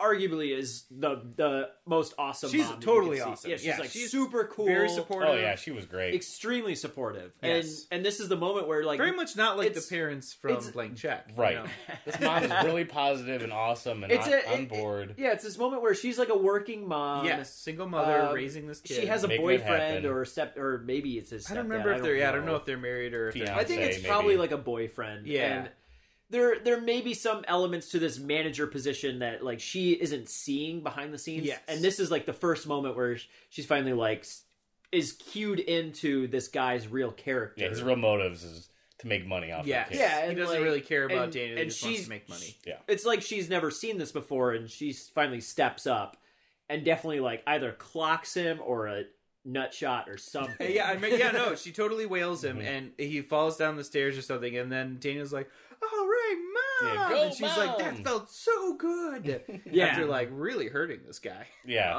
A: arguably is the the most awesome.
C: She's
A: mom that you
C: totally
A: can see.
C: awesome.
A: Yeah, she's
C: Yeah,
A: like
C: she's
A: super cool,
C: very supportive.
B: Oh yeah, she was great.
A: extremely supportive.
C: Yes.
A: And and this is the moment where like
C: Very much not like the
A: It's-
C: parents from
A: it's-
C: Blank Check, you
B: right.
C: know?
B: this mom is really positive and awesome and
A: it's
B: on,
A: a,
B: on
A: it-
B: board.
A: yeah, it's this moment where she's like a working mom.
C: Yes, single mother
A: um,
C: raising this kid.
A: She has a
B: Making it
A: boyfriend
B: happen.
A: or step or maybe it's his. Stepdad.
C: I don't remember if they're. yeah, I don't know if they're married or if
B: Fiance,
A: I think it's
B: maybe.
A: probably like a boyfriend.
C: Yeah.
A: And there there may be some elements to this manager position that like she isn't seeing behind the scenes.
C: Yes.
A: And this is like the first moment where sh- she's finally like s- is cued into this guy's real character.
B: Yeah, his real motives is to make money off.
C: they're.
B: the
C: Yes.
B: kids.
A: Yeah,
C: he
A: and,
C: doesn't
A: like-
C: really care about
A: and-
C: Daniel. He
A: and
C: just wants
A: she's-
C: to make money.
A: It's like she's never seen this before and she finally steps up and definitely like either clocks him or a nut shot or something.
C: yeah, I mean, yeah, no, she totally wails
B: Mm-hmm.
C: him, and he falls down the stairs or something, and then Daniel's like, "All right, mom,"
B: Yeah, go,
C: and she's like, "That
B: Mom."
C: felt so good."
A: Yeah.
C: after like really hurting this guy.
B: Yeah.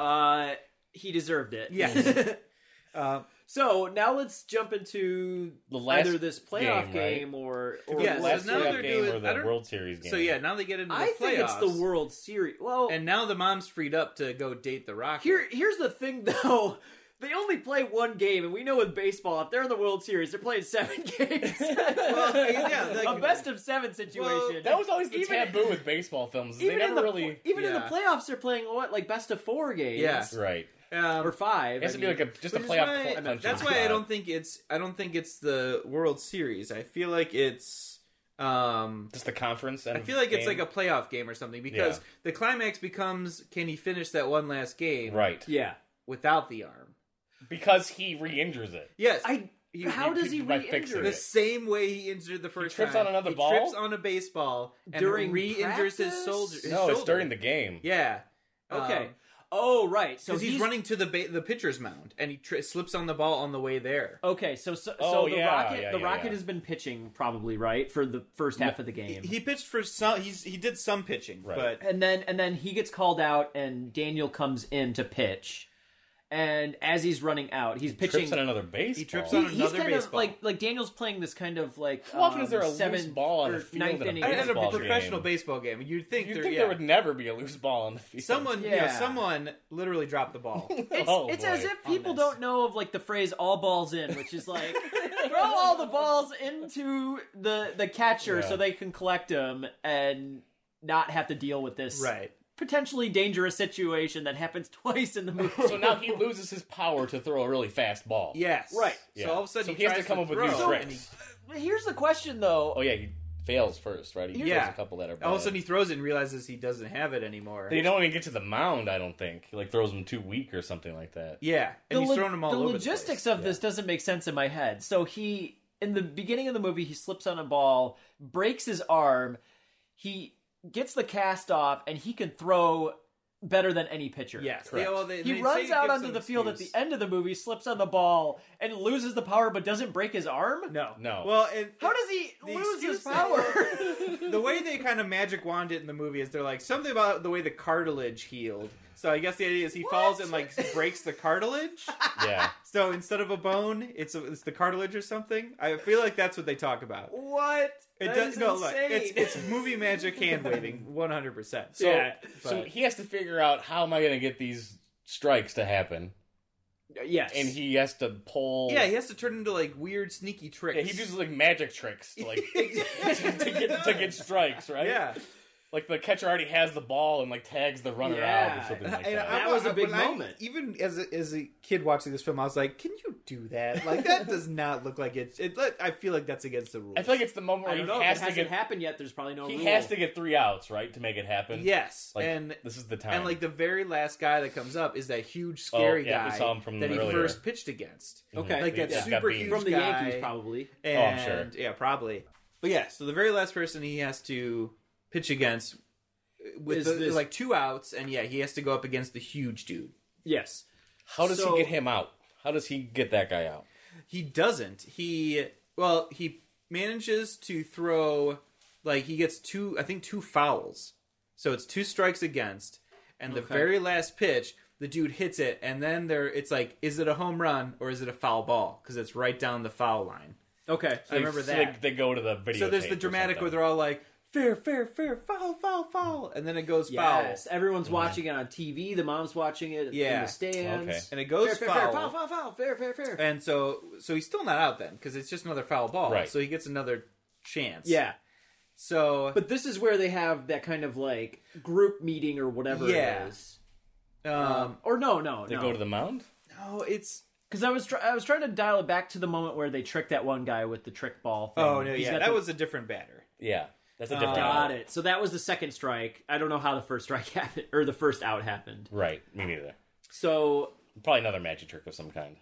A: uh he deserved it.
C: Yes. uh,
A: So now let's jump into
B: The last
A: either this playoff game,
B: game, right?
A: or, or
C: Yeah,
A: the last
C: so
B: last
C: now
A: playoff
C: they're
B: playoff game
C: doing-
B: or
C: I
B: the
C: don't-
B: World Series game.
C: so yeah, now they get into the
A: I think it's the
C: playoffs,
A: World Series. Well,
C: and now the mom's freed up to go date the Rocket.
A: here here's the thing though. They only play one game, and we know with baseball, if they're in the World Series, they're playing seven games.
C: Well, yeah, like-
A: a best of seven situation.
B: That was always the
A: Even-
B: taboo with baseball films. is They
A: even in
B: never
A: the
B: really.
A: even in the
C: yeah.
A: playoffs, they're playing what like best of four games,
C: Yeah.
B: Right.
C: um,
A: or five.
B: It has
A: I
B: to be
A: mean.
B: like a just a
C: Which is why-
B: playoff. cl-
C: that's why I don't think it's I don't think it's the World Series. I feel like it's um
B: Just the conference. And
C: I feel like it's like a playoff game or something because
B: Yeah.
C: the climax becomes can he finish that one last game
B: right
A: yeah.
C: without the arm?
B: because he re-injures it.
C: Yes,
A: I
C: He-
A: how
B: he-
A: does he
B: by
A: re-injure?
B: fixing
C: the
A: it?
B: it.
C: same way he injured the first
B: trips
C: time.
B: on another
C: he
B: ball?
C: Trips on a baseball and
A: During
C: re-injures
A: practice?
C: his soldier. His
B: No, it's
C: shoulder.
B: during the game.
C: yeah.
A: Okay.
C: Um,
A: oh right. So
C: 'cause he's, running to the ba- the pitcher's mound and he tri- slips on the ball on the way there.
A: Okay, so so,
B: Oh,
A: so the
B: yeah,
A: rocket
B: yeah,
A: the
B: yeah,
A: rocket
B: yeah.
A: has been pitching probably right for the first half of the game,
E: He pitched for some. He's he did some pitching,
B: Right.
E: but
A: and then and then he gets called out, and Daniel comes in to pitch, and as he's running out, he's pitching.
B: Trips on another baseball. He
E: trips
A: he-
E: on
A: he's
E: another
A: kind of
E: baseball.
A: like like Daniel's playing this kind of like
B: How often
A: um,
B: is there a loose
A: seven
B: ball on
A: or
B: the field
A: ninth
B: in a
A: inning.
C: And in a
B: Baseball
C: professional
B: game.
C: baseball game, you'd think,
B: You'd
C: there,
B: think
C: yeah.
B: there would never be a loose ball on the field.
C: someone, yeah.
A: Yeah.
C: someone literally dropped the ball.
A: It's,
B: Oh,
A: it's
B: boy.
A: as if people
C: On this.
A: don't know of like the phrase "all balls in," which is like throw all the balls into the the catcher
B: Yeah.
A: so they can collect them and not have to deal with this
C: right.
A: potentially dangerous situation that happens twice in the movie.
B: So now he loses his power to throw a really fast ball.
C: Yes.
A: Right.
B: Yeah.
C: So all of a sudden
B: So
C: he,
B: he has
C: tries
B: to come up with
C: throw,
B: new tricks.
C: and he-
A: Here's the question, though.
B: Oh yeah, he fails first, right? He
C: Yeah.
B: throws a couple that are bad.
C: all of a sudden he throws it and realizes he doesn't have it anymore.
B: They don't even get to the mound, I don't think. He like throws them too weak or something like that.
C: yeah. And
A: the
C: he's
A: lo-
C: throwing them all
A: the
C: over
A: logistics
C: the
A: of this doesn't make sense in my head. So he, in the beginning of the movie, he slips on a ball, breaks his arm, he gets the cast off, and he can throw better than any pitcher.
C: place. Yes.
B: Correct.
C: all- they-
A: He
C: they say
A: runs
C: it
A: out
C: gives
A: onto
C: some
A: the field at the
C: excuse.
A: end of the movie, slips on the ball, and loses the power, but doesn't break his arm.
C: No.
B: No.
C: Well, and
A: How does he
C: The
A: lose his
C: excuse that-
A: power?
C: the way they kind of magic wand it in the movie is they're like something about the way the cartilage healed. So I guess the idea is he falls and like breaks the cartilage.
B: Yeah.
C: so instead of a bone, it's a, it's the cartilage or something. I feel like that's what they talk about.
A: what?
C: It
A: That
C: does
A: is
C: no look.
A: insane.
C: It's it's movie magic hand waving, one hundred percent.
B: So,
A: Yeah,
B: so
C: but-
B: he has to figure out how am I going to get these strikes to happen,
A: yes,
B: and he has to pull.
C: Yeah, he has to turn into like weird sneaky tricks.
B: Yeah, he uses like magic tricks to like to, get, to get strikes, right?
C: Yeah.
B: like the catcher already has the ball and like tags the runner out
A: Yeah.
B: or something like
C: And
B: that.
A: That was a big
C: when I-
A: moment.
C: even as a, as a kid watching this film, I was like, "Can you do that? Like that does not look like it. it look- I feel like that's against the rules.
B: I feel like it's the
A: I
B: moment where
A: don't know.
B: he
A: If it
B: has to
A: hasn't
B: get
A: happened yet, there's probably no
B: he
A: rule.
B: has to get three outs right to make it happen.
C: yes,
B: like,
C: and
B: this is the time.
C: and like the very last guy that comes up is that huge scary
B: Oh, yeah, we
C: guy
B: saw him from
C: that he
B: earlier. Mm-hmm.
C: first pitched against.
A: Okay.
C: Like that
B: Yeah. Got
C: super
B: beamed.
C: huge
A: From the
C: guy.
A: Yankees, probably.
B: I'm sure.
C: And- Yeah, probably. But yeah, so the very last person he has to pitch against with
A: Is
C: the,
A: this-
C: like two outs, and yeah, he has to go up against the huge dude.
A: Yes.
B: How does
A: So-
B: he get him out? How does he get that guy out?
C: He doesn't. He well, he manages to throw like he gets two I think two fouls. So it's two strikes against and the very last pitch the dude hits it and then there it's like is it a home run or is it a foul ball cuz it's right down the foul line.
A: Okay.
C: I remember
B: So
C: that.
B: They, they go to the video.
C: So there's the dramatic where they're all like fair fair fair foul foul foul and then it goes foul
A: Yes. Everyone's watching it on TV. The mom's watching it in
C: Yeah.
A: the stands.
B: Okay.
C: and it goes
A: fair, fair,
C: foul.
A: fair, foul, foul, foul, fair, fair, fair.
C: And so so he's still not out then cuz it's just another foul ball.
B: Right.
C: So he gets another chance.
A: yeah.
C: So
A: But this is where they have that kind of like group meeting or whatever
C: Yeah.
A: it is.
C: um
A: Or no, no,
B: they
A: no.
B: go to the mound.
C: Oh, it's
A: Because I was try- I was trying to dial it back to the moment where they tricked that one guy with the trick ball. Thing.
C: oh no,
A: He's
C: yeah,
A: got
C: that
A: the-
C: was a different batter.
B: Yeah, that's a different.
A: got it. So that was the second strike. I don't know how the first strike happened or the first out happened.
B: Right. Me neither.
A: So
B: Probably another magic trick of some kind.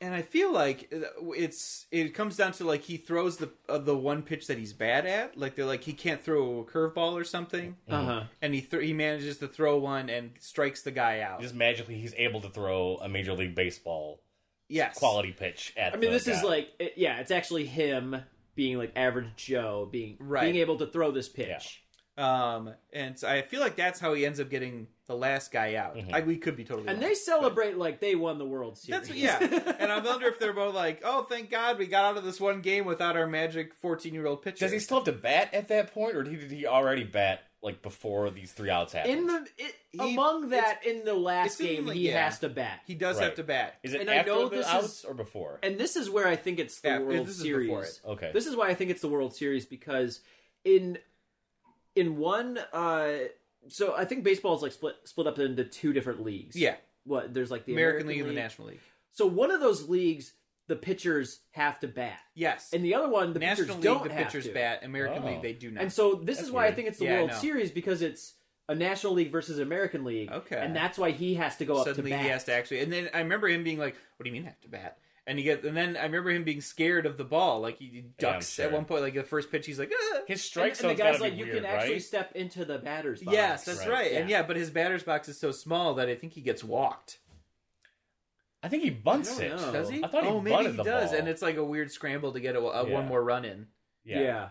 C: And I feel like uh, it's it comes down to like he throws the uh, the one pitch that he's bad at. Like they're like he can't throw a curveball or something,
A: uh huh.
C: and he th- he manages to throw one and strikes the guy out.
B: Just magically, he's able to throw a major league baseball
C: yes,
B: quality pitch at.
A: I mean,
B: the
A: this is
B: guy.
A: like it, yeah, it's actually him being like average Joe being
C: Right.
A: being able to throw this pitch.
C: Um, and so I feel like that's how he ends up getting the last guy out.
A: Mm-hmm.
C: I, we could be totally
A: And
C: wrong.
A: they celebrate like they won the World Series.
C: That's what, yeah, and I wonder if they're both like, "Oh, thank God we got out of this one game without our magic fourteen-year-old pitcher."
B: Does he still have to bat at that point, or did he already bat like before these three outs happened?
A: in the it,
C: He-
A: among that in the last
C: it's in,
A: game
C: like,
A: he
C: yeah.
A: has to bat.
C: He does
B: Right.
C: have to bat.
B: is it
A: and I
B: after
A: know
B: the
A: this is-
B: outs or before?
A: and this is where I think it's the
C: Yeah,
A: World
C: this is
A: Series.
C: before it.
B: Okay.
A: This is why I think it's the World Series because in in one uh so I think baseball is like split split up into two different leagues.
C: Yeah,
A: What there's like the
C: American,
A: American,
C: League and the National League.
A: So one of those leagues the pitchers have to bat.
C: Yes.
A: And the other one the
C: National
A: pitchers
C: League,
A: don't
C: the
A: have
C: pitchers
A: to.
C: bat. American
B: Oh.
C: League, they do not.
A: And so this
B: That's
A: is why
B: weird.
A: I think it's the
C: Yeah, I
A: World
C: know.
A: Series because it's a National League versus American League.
C: Okay.
A: And that's why he has to go up
C: suddenly
A: to bat.
C: he has to actually. And then I remember him being like, "What do you mean have to bat?" And he gets. And then I remember him being scared of the ball. Like he ducks
B: I'm sure.
C: at one point. Like the first pitch, he's like, "Ah."
B: His
A: and,
B: strike
A: and the
B: zone's
A: guy's
B: gotta
A: like,
B: be
A: you
B: weird,
A: can actually
B: right?
A: step into the batter's box.
C: "Yes, that's
B: Right.
C: right." And
A: Yeah.
C: yeah, but his batter's box is so small that I think he gets walked.
B: I think he bunts
A: I
B: it.
A: don't know.
C: Does he?
B: I thought he
C: oh, maybe
B: bunted
C: he
B: the
C: does.
B: ball.
C: And it's like a weird scramble to get a, a
B: Yeah.
C: one more run in.
A: Yeah.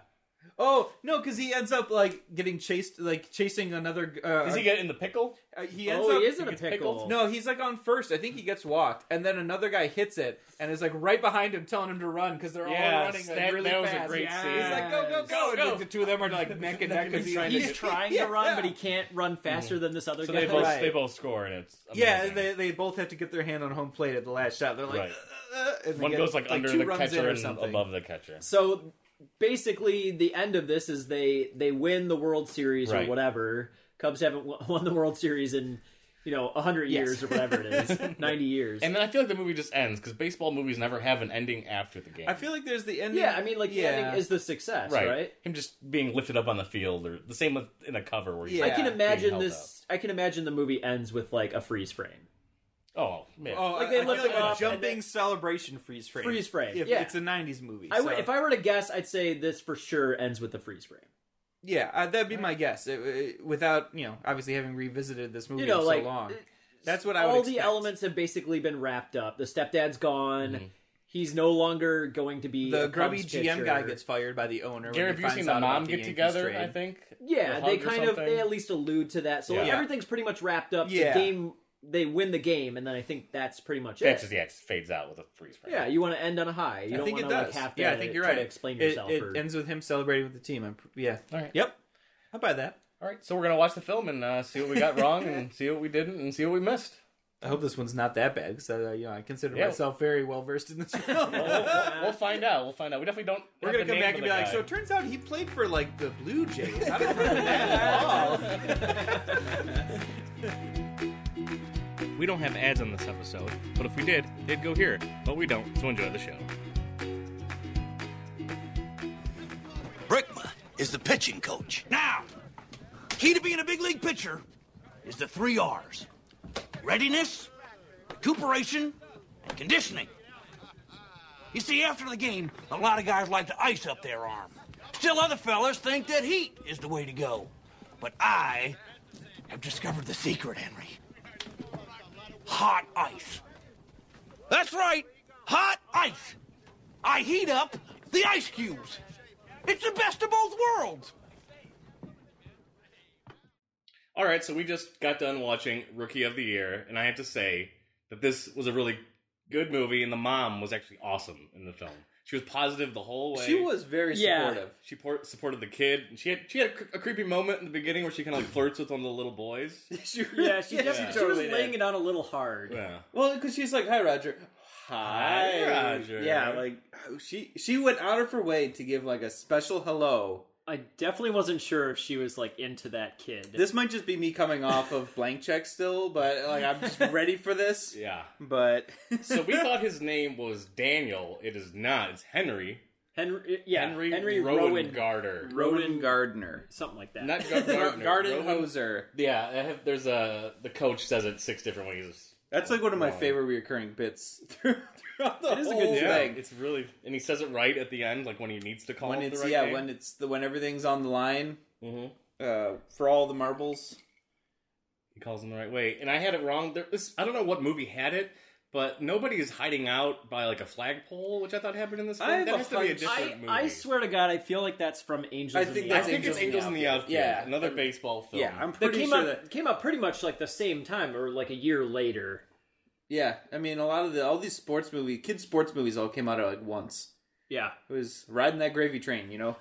C: Oh no, because he ends up like getting chased, like chasing another. Uh,
B: Does he get in the pickle?
C: uh, he ends
A: Oh,
C: up
A: he is in a
B: gets
A: pickle.
B: pickled?
C: No, he's like on first. I think he gets walked, and then another guy hits it, and is like right behind him, telling him to run because they're
B: Yes,
C: all running like,
B: that-
C: really
B: that was a
C: fast.
B: great
C: He's
A: scene.
C: like, go, go, go!
B: Go,
C: and
B: go.
C: like, the two of them are like neck and neck because he's trying
A: He's
C: to.
A: trying
C: Yeah,
A: to run,
C: yeah.
A: but he can't run faster than this other
B: So
A: guy.
B: they both
C: Right.
B: they both score, and it's
C: Yeah,
B: amazing.
C: and they, they both have to get their hand on home plate at the last shot. They're like,
B: Right.
C: uh, uh, and they
B: one
C: get,
B: goes like, under
C: two
B: the
C: runs in
B: catcher
C: or
B: and
C: something.
B: above the catcher.
A: So basically, the end of this is they they win the World Series
B: Right.
A: or whatever. Cubs haven't won- won the World Series in you know hundred
C: Yes.
A: years or whatever it is, ninety years.
B: And then I feel like the movie just ends because baseball movies never have an ending after the game.
C: I feel like there's the ending.
A: yeah, I mean, like
C: Yeah.
A: the ending is the success, right?
B: right. Him just being lifted up on the field, or the same with in a cover where he's
A: I
C: Yeah.
B: like,
A: can
C: being
A: imagine
B: held
A: this. I can imagine the movie ends with like a freeze frame.
B: oh man,
C: Oh,
A: Like,
C: I-
A: they
C: I feel
A: lift
C: like
A: him up
C: a
A: and
C: jumping
A: then-
C: celebration freeze frame.
A: Freeze frame,
C: If
A: yeah.
C: it's a '90s movie.
A: I would,
C: so-
A: if I were to guess, I'd say this for sure ends with a freeze frame.
C: Yeah, uh, that'd be my guess. It- it- without you know, obviously having revisited this movie
A: You know,
C: so
A: like
C: long,
A: it-
C: that's what I would.
A: all the
C: expect. Mm-hmm.
A: elements have basically been wrapped up. The stepdad's gone. He's no longer going to be a
C: The
A: Cubs
C: grubby GM
A: pitcher.
C: guy gets fired by the owner.
B: Gary
C: when he
B: Busey
C: finds
B: and
C: out
B: the
C: about
B: mom
C: the
B: get
C: Yankees
B: together.
C: trade.
B: I think.
A: Yeah,
B: Or
A: they
B: hug or
A: kind of
B: something.
A: they at least allude to that. So like,
B: Yeah.
A: everything's pretty much wrapped up.
C: Yeah.
A: The game they win the game, and then I think that's pretty much
B: That
A: it.
B: just yeah, it just fades out with a freeze frame.
A: Yeah, you want to end on a high. You
C: I
A: don't
C: think
A: want
C: it
A: to like
C: does.
A: have to
C: yeah, I think you're
A: try
C: right.
A: to explain
C: It-
A: yourself.
C: It,
A: or,
C: ends with him celebrating with the team. I'm, pr- yeah.
B: All right.
C: Yep. I buy that.
B: All right. So we're gonna watch the film and uh, see what we got wrong and see what we didn't and see what we missed.
C: I hope this one's not that bad because uh, you know I consider
B: Yeah.
C: myself very well versed in this film.
B: We'll, we'll- we'll find out. We'll find out. We definitely don't.
C: We're
B: have
C: gonna
B: the
C: come
B: name of
C: back and
B: the
C: be like,
B: guy.
C: so it turns out he played for like the Blue Jays. I don't remember that at all.
B: We don't have ads on this episode, but if we did, they'd go here. But we don't, so enjoy the show.
F: Brickma is the pitching coach. Now, key to being a big league pitcher is the three R's readiness, recuperation, and conditioning. You see, after the game, a lot of guys like to ice up their arm. Still, other fellas think that heat is the way to go. But I have discovered the secret, Henry hot ice. That's right, hot ice. I heat up the ice cubes. It's the best of both worlds.
B: All right, so we just got done watching Rookie of the Year, and I have to say that this was a really good movie, and the mom was actually awesome in the film. She was positive the whole way.
C: She was very
A: Yeah.
C: supportive.
B: She por- supported the kid. and She had she had a, cre- a creepy moment in the beginning where she kind of like flirts with one of the little boys.
C: She,
A: Yeah, she, definitely she
C: totally
A: was laying it
C: did.
A: on a little hard.
B: Yeah.
C: Well, because she's like, "Hi, Roger."
B: Hi, Roger.
C: Yeah, like she she went out of her way to give like a special hello.
A: I definitely wasn't sure if she was like into that kid.
C: This might just be me coming off of blank check still, but like I'm just ready for this.
B: Yeah.
C: But
B: So we thought his name was Daniel. It is not. It's Henry.
A: Henry, yeah,
B: Henry,
A: Henry,
B: Rowan,
A: Rowan,
B: Garter.
A: Rowan Gar-
C: Roden Gardner,
A: something like that.
B: Not Gar- Gardner.
C: Garden
B: Rowan-
C: Hoser.
B: Yeah, I have, there's a the coach says it six different ways.
C: That's like one of my
B: Rowan.
C: favorite recurring bits throughout the
A: It is a
C: whole
A: good
B: Oh, Yeah,
C: thing.
B: it's really and he says it right at the end, like when he needs to call
C: when
B: it
C: it's
B: the right
C: yeah,
B: name.
C: when it's the when everything's on the line
B: Mhm.
C: uh, for all the marbles.
B: he calls him the right way. And I had it wrong. There, this, I don't know what movie had it, but nobody is hiding out by like a flagpole, which I thought happened in this. Movie.
C: I have
B: That
C: a
B: has to be a
C: hunch-
B: different
A: I,
B: movie.
A: I swear to God, I feel like that's from Angels.
C: I
A: in
C: think
A: the
B: I
C: that's
A: Outfield.
B: think it's Angels in the Outfield.
C: Yeah.
B: another baseball film.
C: Yeah, I'm
A: That
C: pretty
A: came
C: sure
A: out
C: that.
A: came out pretty much like the same time or like a year later.
C: Yeah, I mean a lot of the all these sports movie, kids sports movies, all came out at like once.
A: Yeah,
C: It was riding that gravy train, you know.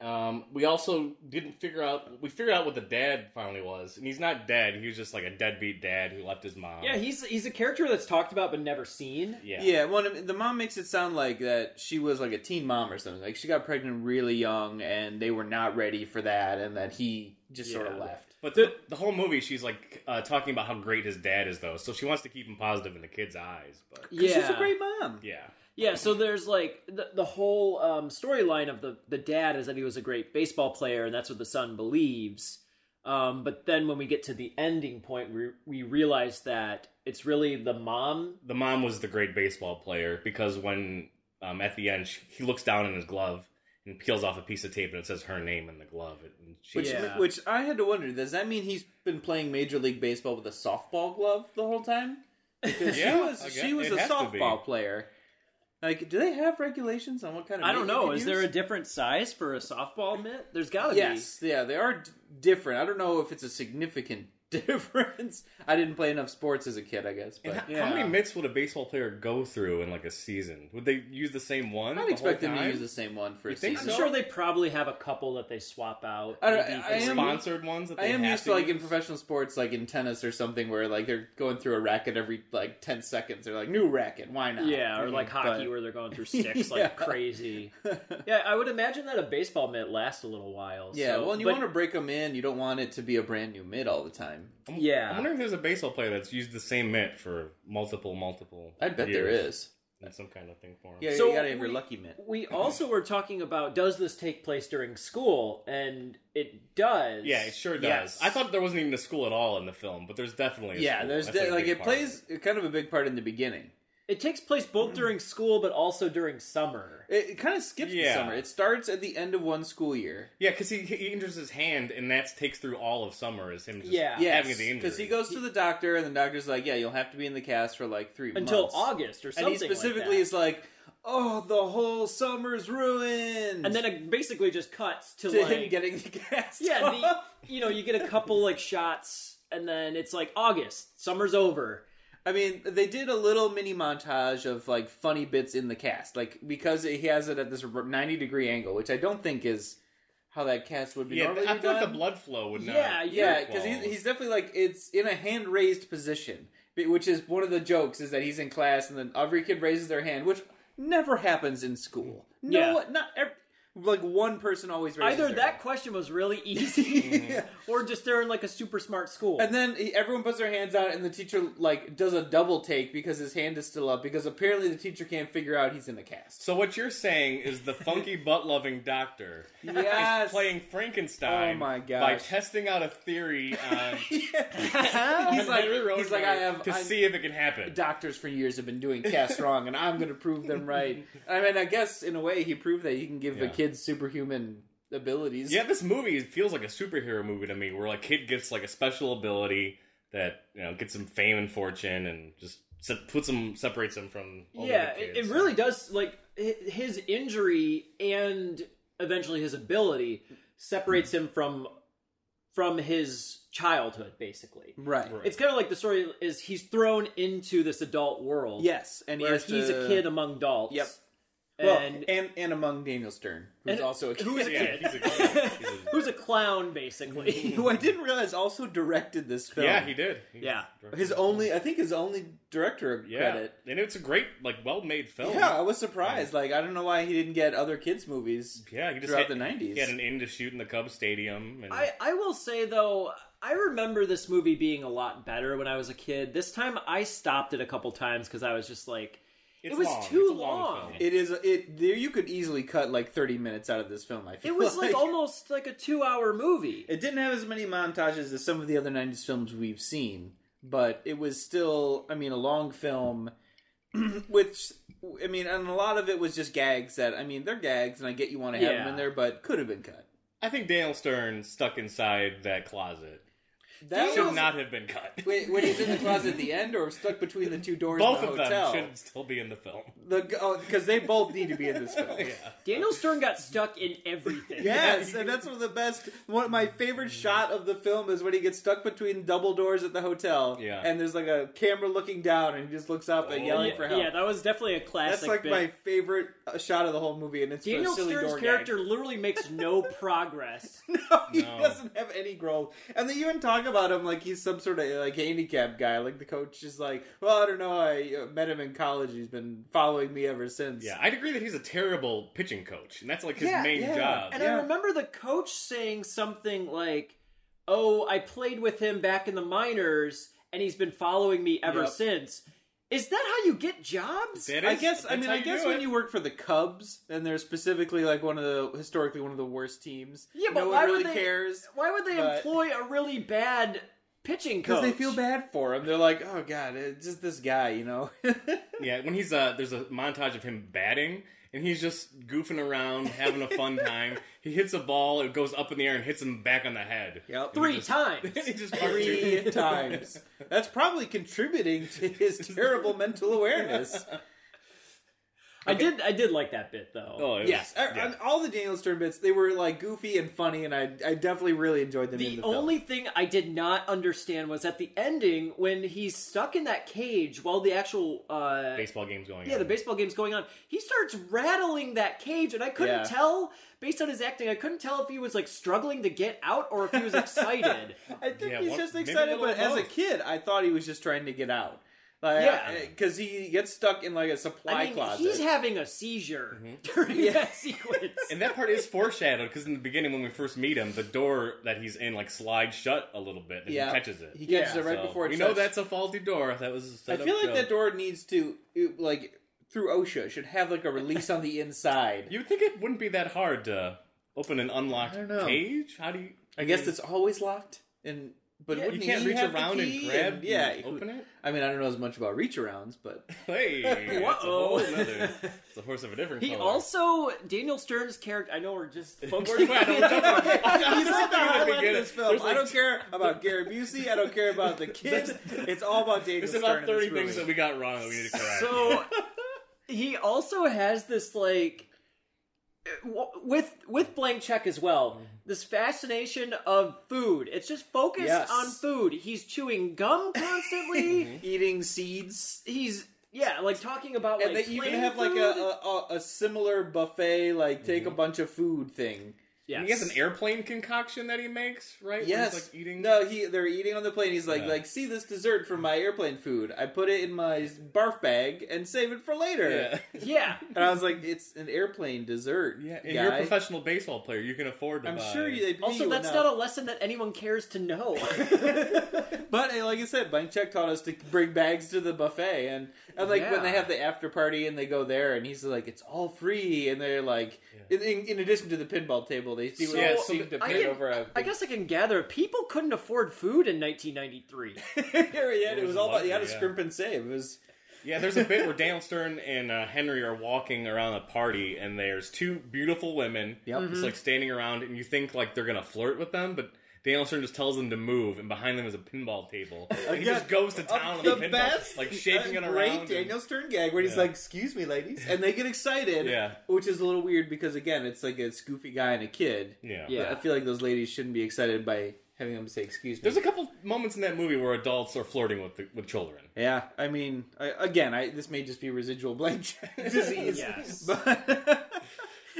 B: Um, we also didn't figure out. We figured out what the dad finally was, and he's not dead. He was just like a deadbeat dad who left his mom.
A: yeah, he's he's a character that's talked about but never seen.
B: yeah,
C: Yeah, well, I mean, the mom makes it sound like that she was like a teen mom or something. Like she got pregnant really young, and they were not ready for that, and that he just sort of
A: Yeah.
C: left.
B: But the, the whole movie, she's like uh, talking about how great his dad is, though. So she wants to keep him positive in the kid's eyes. But
A: Yeah,
C: she's a great mom.
B: yeah,
A: Yeah, so there's like the, the whole um, storyline of the the dad is that he was a great baseball player, and that's what the son believes. Um, but then when we get to the ending point, we we realize that it's really the mom.
B: the mom was the great baseball player because when um, at the end she, he looks down in his glove and peels off a piece of tape and it says her name in the glove. And she,
C: Which,
A: Yeah.
C: which I had to wonder, does that mean he's been playing Major League Baseball with a softball glove the whole time? Because
B: Yeah,
C: she
B: I
C: was
B: guess
C: she was
B: it
C: a
B: has to be.
C: softball player. Like, do they have regulations on what kind of?
A: I don't
C: mitt you
A: know.
C: can
A: Is there a
C: use?
A: different size for a softball mitt? There's got to
C: Yes, yeah, they are d- different. I don't know if it's a significant difference. I didn't play enough sports as a kid, I guess,
B: And
C: but
B: how,
A: yeah.
B: how many mitts would a baseball player go through in like a season? Would they use the same one?
C: I'd
B: the
C: expect
B: whole
C: them to
B: time?
C: use the same one for a
B: You think
A: be.
C: season.
A: I'm
B: so?
A: sure they probably have a couple that they swap out.
C: I don't-
A: Maybe
C: I am-
B: sponsored ones. That
C: I
B: they
C: am
B: have
C: used
B: to
C: to like in
B: use?
C: professional sports, like in tennis or something, where like they're going through a racket every like ten seconds. They're like new racket, why not?
A: Yeah, or like
C: Mhm,
A: hockey
C: but-
A: where they're going through sticks
C: Yeah.
A: like crazy. Yeah, I would imagine that a baseball mitt lasts a little while.
C: Yeah,
A: so-
C: well, and you
A: but-
C: want to break them in. You don't want it to be a brand new mid all the time.
A: Yeah,
B: I wonder if there's a baseball player that's used the same mitt for multiple, multiple.
C: I bet there
B: years.
C: is.
B: That's some kind of thing for him.
C: Yeah,
A: So
C: you gotta have your
A: we-
C: lucky mint.
A: We also were talking about does this take place during school, and it does.
B: Yeah, it sure does.
C: Yes.
B: I thought there wasn't even a school at all in the film, but there's definitely a
C: Yeah,
B: school.
C: there's
B: That's,
C: de-
B: a
C: like
B: big
C: it
B: part of
C: plays kind of a big part in the beginning.
A: It takes place both during school, but also during summer.
C: It, it kind of skips
B: Yeah.
C: the summer. It starts at the end of one school year.
B: Yeah, because he, he injures his hand, and that takes through all of summer is him just
A: Yeah.
B: having
C: Yes,
B: the injury.
C: because he goes to the doctor, and the doctor's like, "Yeah, you'll have to be in the cast for like three
A: Until
C: months.
A: August or
C: And
A: something.
C: he specifically
A: like that.
C: is like, "Oh, the whole summer's ruined."
A: and then it basically just cuts to,
C: to
A: like
C: him getting the cast.
A: yeah, the,
C: off.
A: you know, you get a couple like shots, and then it's like August, summer's over.
C: I mean, they did a little mini montage of like funny bits in the cast, like because he has it at this ninety degree angle, which I don't think is how that cast would be.
B: Yeah,
C: Normally
B: I
C: you're
B: feel like the
C: done-
B: blood flow would not.
A: Yeah,
C: Yeah, because
B: well.
C: he's, he's definitely like it's in a hand raised position, bi- which is one of the jokes is that he's in class and then every kid raises their hand, which never happens in school. No,
A: Yeah.
C: not ev- like one person always raises
A: Either
C: their
A: that
C: hand.
A: question was really easy, or just they're in like a super smart school.
C: And then he, everyone puts their hands out, and the teacher like does a double take because his hand is still up because apparently the teacher can't figure out he's in the cast.
B: So what you're saying is the funky butt loving doctor
C: Yes,
B: playing Frankenstein
C: Oh my gosh.
B: by testing out a theory on
C: he's like
B: Henry Roseman
C: he's like I have
B: to
C: I-
B: see if it can happen.
C: doctors for years have been doing casts wrong, and I'm going to prove them right. I mean, I guess in a way he proved that he can give the
B: Yeah.
C: kids superhuman abilities.
B: yeah, this movie feels like a superhero movie to me where like kid gets like a special ability that, you know, gets him fame and fortune and just se- puts him separates him from all the
A: yeah,
B: other
A: it,
B: kids.
A: it really does. Like hi- his injury and eventually his ability separates him from from his childhood. Basically,
C: Right.
A: it's kind of like the story is he's thrown into this adult world.
C: Yes, and he
A: where
C: has
A: he's
C: to-
A: a kid among adults.
C: Yep. Well,
A: and
C: and, and among Daniel Stern, who's
A: And-
C: also a kid,
A: who's a
B: yeah,
A: kid.
B: he's a, he's a-
A: who's a clown basically.
C: who I didn't realize also directed this film.
B: yeah, he did. He
A: Yeah.
B: directed
C: His
B: it.
C: only, I think, his only director
B: yeah. Oh,
C: credit.
B: And it's a great, like, well-made film.
C: Yeah, I was surprised. Like, I don't know why he didn't get other kids' movies.
B: Yeah, he just
C: throughout
B: had,
C: the 90s.
B: He had an in to shoot in the Cubs stadium. And,
A: I, I will say though, I remember this movie being a lot better when I was a kid. This time I stopped it a couple times because I was just like,
B: It's
A: it was
B: long.
A: too
B: It's a long film.
C: It is it there. You could easily cut like thirty minutes out of this film. I feel
A: It was like almost like a two hour movie.
C: It didn't have as many montages as some of the other 90s films we've seen, but it was still, I mean, a long film, which, I mean, and a lot of it was just gags that, I mean, they're gags, and I get you want to have them
A: Yeah.
C: in there, but could have been cut.
B: I think Daniel Stern stuck inside that closet.
C: That
B: Should
C: was-
B: not have been cut.
C: Wait, when he's in the closet at the end, or stuck between the two doors
B: Both
C: in the
B: of
C: hotel.
B: them should still be in the film.
C: The oh, because they both need to be in this film.
A: Daniel Stern got stuck in everything.
C: Yes, and that's one of the best. One of my favorite shot of the film is when he gets stuck between double doors at the hotel.
B: Yeah.
C: and there's like a camera looking down, and he just looks up and
B: Oh,
C: yelling
A: yeah,
C: for help.
A: yeah, that was definitely a classic.
C: that's like
A: bit.
C: my favorite uh, shot of the whole movie, and it's for
A: Daniel
C: a silly
A: Stern's
C: door
A: character literally makes no progress.
C: Gag. No, he
B: No.
C: doesn't have any growth, and they even talk about him like he's some sort of like handicapped guy. Like the coach is like, "Well, I don't know. I uh, met him in college. He's been following me ever since."
B: Yeah, I'd agree that he's a terrible pitching coach, and that's like his
C: Yeah,
B: main
C: yeah.
B: job.
A: And
C: Yeah.
A: I remember the coach saying something like, "Oh, I played with him back in the minors, and he's been following me ever
C: Yep.
A: since." Is that how you get jobs?
B: That
C: I
B: is-
C: guess I
B: that's
C: mean
B: how
C: I guess
B: do
C: when
B: it.
C: you work for the Cubs and they're specifically like one of the historically one of the worst teams.
A: Yeah,
C: no
A: but
C: one
A: why
C: really
A: would they-
C: cares
A: Why would they
C: But-
A: employ a really bad pitching coach?
C: because they feel bad for him. They're like, oh god, it's just this guy, you know.
B: yeah, when he's uh, there's a montage of him batting, and he's just goofing around, having a fun time. He hits a ball, it goes up in the air, and hits him back on the head.
C: Yep.
A: three times.
B: he just
C: Three times. That's probably contributing to his terrible mental awareness.
A: I did. I did like that bit though.
B: Oh, it was-
C: Yes, I-
B: yeah.
C: I- all the Daniel Stern bits they were like goofy and funny, and I I definitely really enjoyed them. in
A: The
C: the film.
A: only thing I did not understand was at the ending when he's stuck in that cage while the actual uh,
B: baseball game's going.
A: yeah
B: on.
A: the baseball game's going on. He starts rattling that cage, and I couldn't
C: Yeah.
A: tell based on his acting. I couldn't tell if he was like struggling to get out or if he was excited.
C: I think
B: Yeah,
C: he's
B: one-
C: just
B: maybe a
C: excited,
B: little
C: but as a
B: both.
C: kid, I thought he was just trying to get out. Like,
A: Yeah.
C: because he gets stuck in like a supply
A: I mean,
C: closet.
A: he's having a seizure
C: Mm-hmm.
A: during that sequence.
B: And that part is foreshadowed because in the beginning, when we first meet him, the door that he's in like slides shut a little bit, and
C: Yeah.
B: he catches it.
C: He catches
A: Yeah.
C: it right
B: So,
C: before it
B: we know
C: shuts.
B: that's a faulty door. That was. a
C: I
B: setup
C: feel like
B: joke.
C: that door needs to it, like through OSHA should have like a release on the inside.
B: You would think it wouldn't be that hard to open an unlocked
C: I don't know.
B: cage? How do you?
C: I guess it's always locked, and but
B: you
C: wouldn't
B: can't
C: he
B: reach
C: have the
B: around and
C: key?
B: grab
C: And- yeah,
B: and open it?
C: I mean, I don't know as much about reach arounds, but
B: Hey, that's a
A: Whoa.
B: whole nother- It's a horse of a different
A: he
C: Oh,
B: color.
A: also Daniel Stern's character. I know we're just
B: We're-
A: focusing.
B: we're- we're jumping- I'm
C: he's
B: just thinking at
C: not the
B: the
C: highlight of
B: beginning.
C: this film.
B: There's
C: I
B: like-
C: don't care about Gary Busey. I don't care about the kids. It's all about Daniel
B: There's
C: Stern.
B: about
C: in this
B: thirty things
C: movie.
B: that we got wrong that we need to correct.
A: So he also has this like w- with with blank check as well.
C: Mm-hmm.
A: This fascination of food. It's just focused
C: Yes. Mm-hmm.
A: on food. He's chewing gum constantly.
C: eating seeds.
A: He's yeah, like talking about
C: And
A: like
C: they even
A: plant
C: have like
A: food.
B: Mm-hmm.
C: a, a a similar buffet, like take a bunch of food thing.
A: Yes.
B: And he has an airplane concoction that he makes, right? Where
C: Yes.
B: He's like eating.
C: No, he they're eating on the plane. He's like,
B: Yeah.
C: like, see this dessert from my airplane food. I put it in my barf bag and save it for later.
B: Yeah.
A: Yeah.
C: And I was like, it's an airplane dessert.
B: Yeah, and
C: guy.
B: you're a professional baseball player. You can afford to
C: I'm
B: buy.
C: sure you, they pay
A: Also,
C: you
A: that's
C: enough.
A: not a lesson that anyone cares to know.
C: But uh, like I said, Blank Check taught us to bring bags to the buffet, and and like when
A: Yeah.
C: they have the after party and they go there, and he's like, "It's all free," and they're like, in, in, in addition to the pinball table, they seem,
A: So,
C: yeah, seem to
A: I
C: pin
A: can-
C: over a.
A: I guess I can gather people couldn't afford food in 1993.
C: yeah, it was all about you had to
B: Yeah.
C: scrimp and save. It was
B: Yeah, there's a bit where Daniel Stern and uh, Henry are walking around a party, and there's two beautiful women
C: Yep.
B: just like standing around, and you think like they're gonna flirt with them, but Daniel Stern just tells them to move, and behind them is a pinball table. And he
C: Yeah.
B: just goes to town on the, pinball, like shaking
C: a
B: it
C: great
B: around.
C: Daniel Stern gag where he's
B: Yeah.
C: like, "Excuse me, ladies," and they get excited.
B: Yeah.
C: which is a little weird because again, it's like a goofy guy and a kid.
B: And, yeah.
A: Yeah.
C: I feel like those ladies shouldn't be excited by having them say, "Excuse me."
B: There's a couple moments in that movie where adults are flirting with the, with children.
C: Yeah, I mean, I, again, I this may just be residual blank disease,
A: Yes.
C: but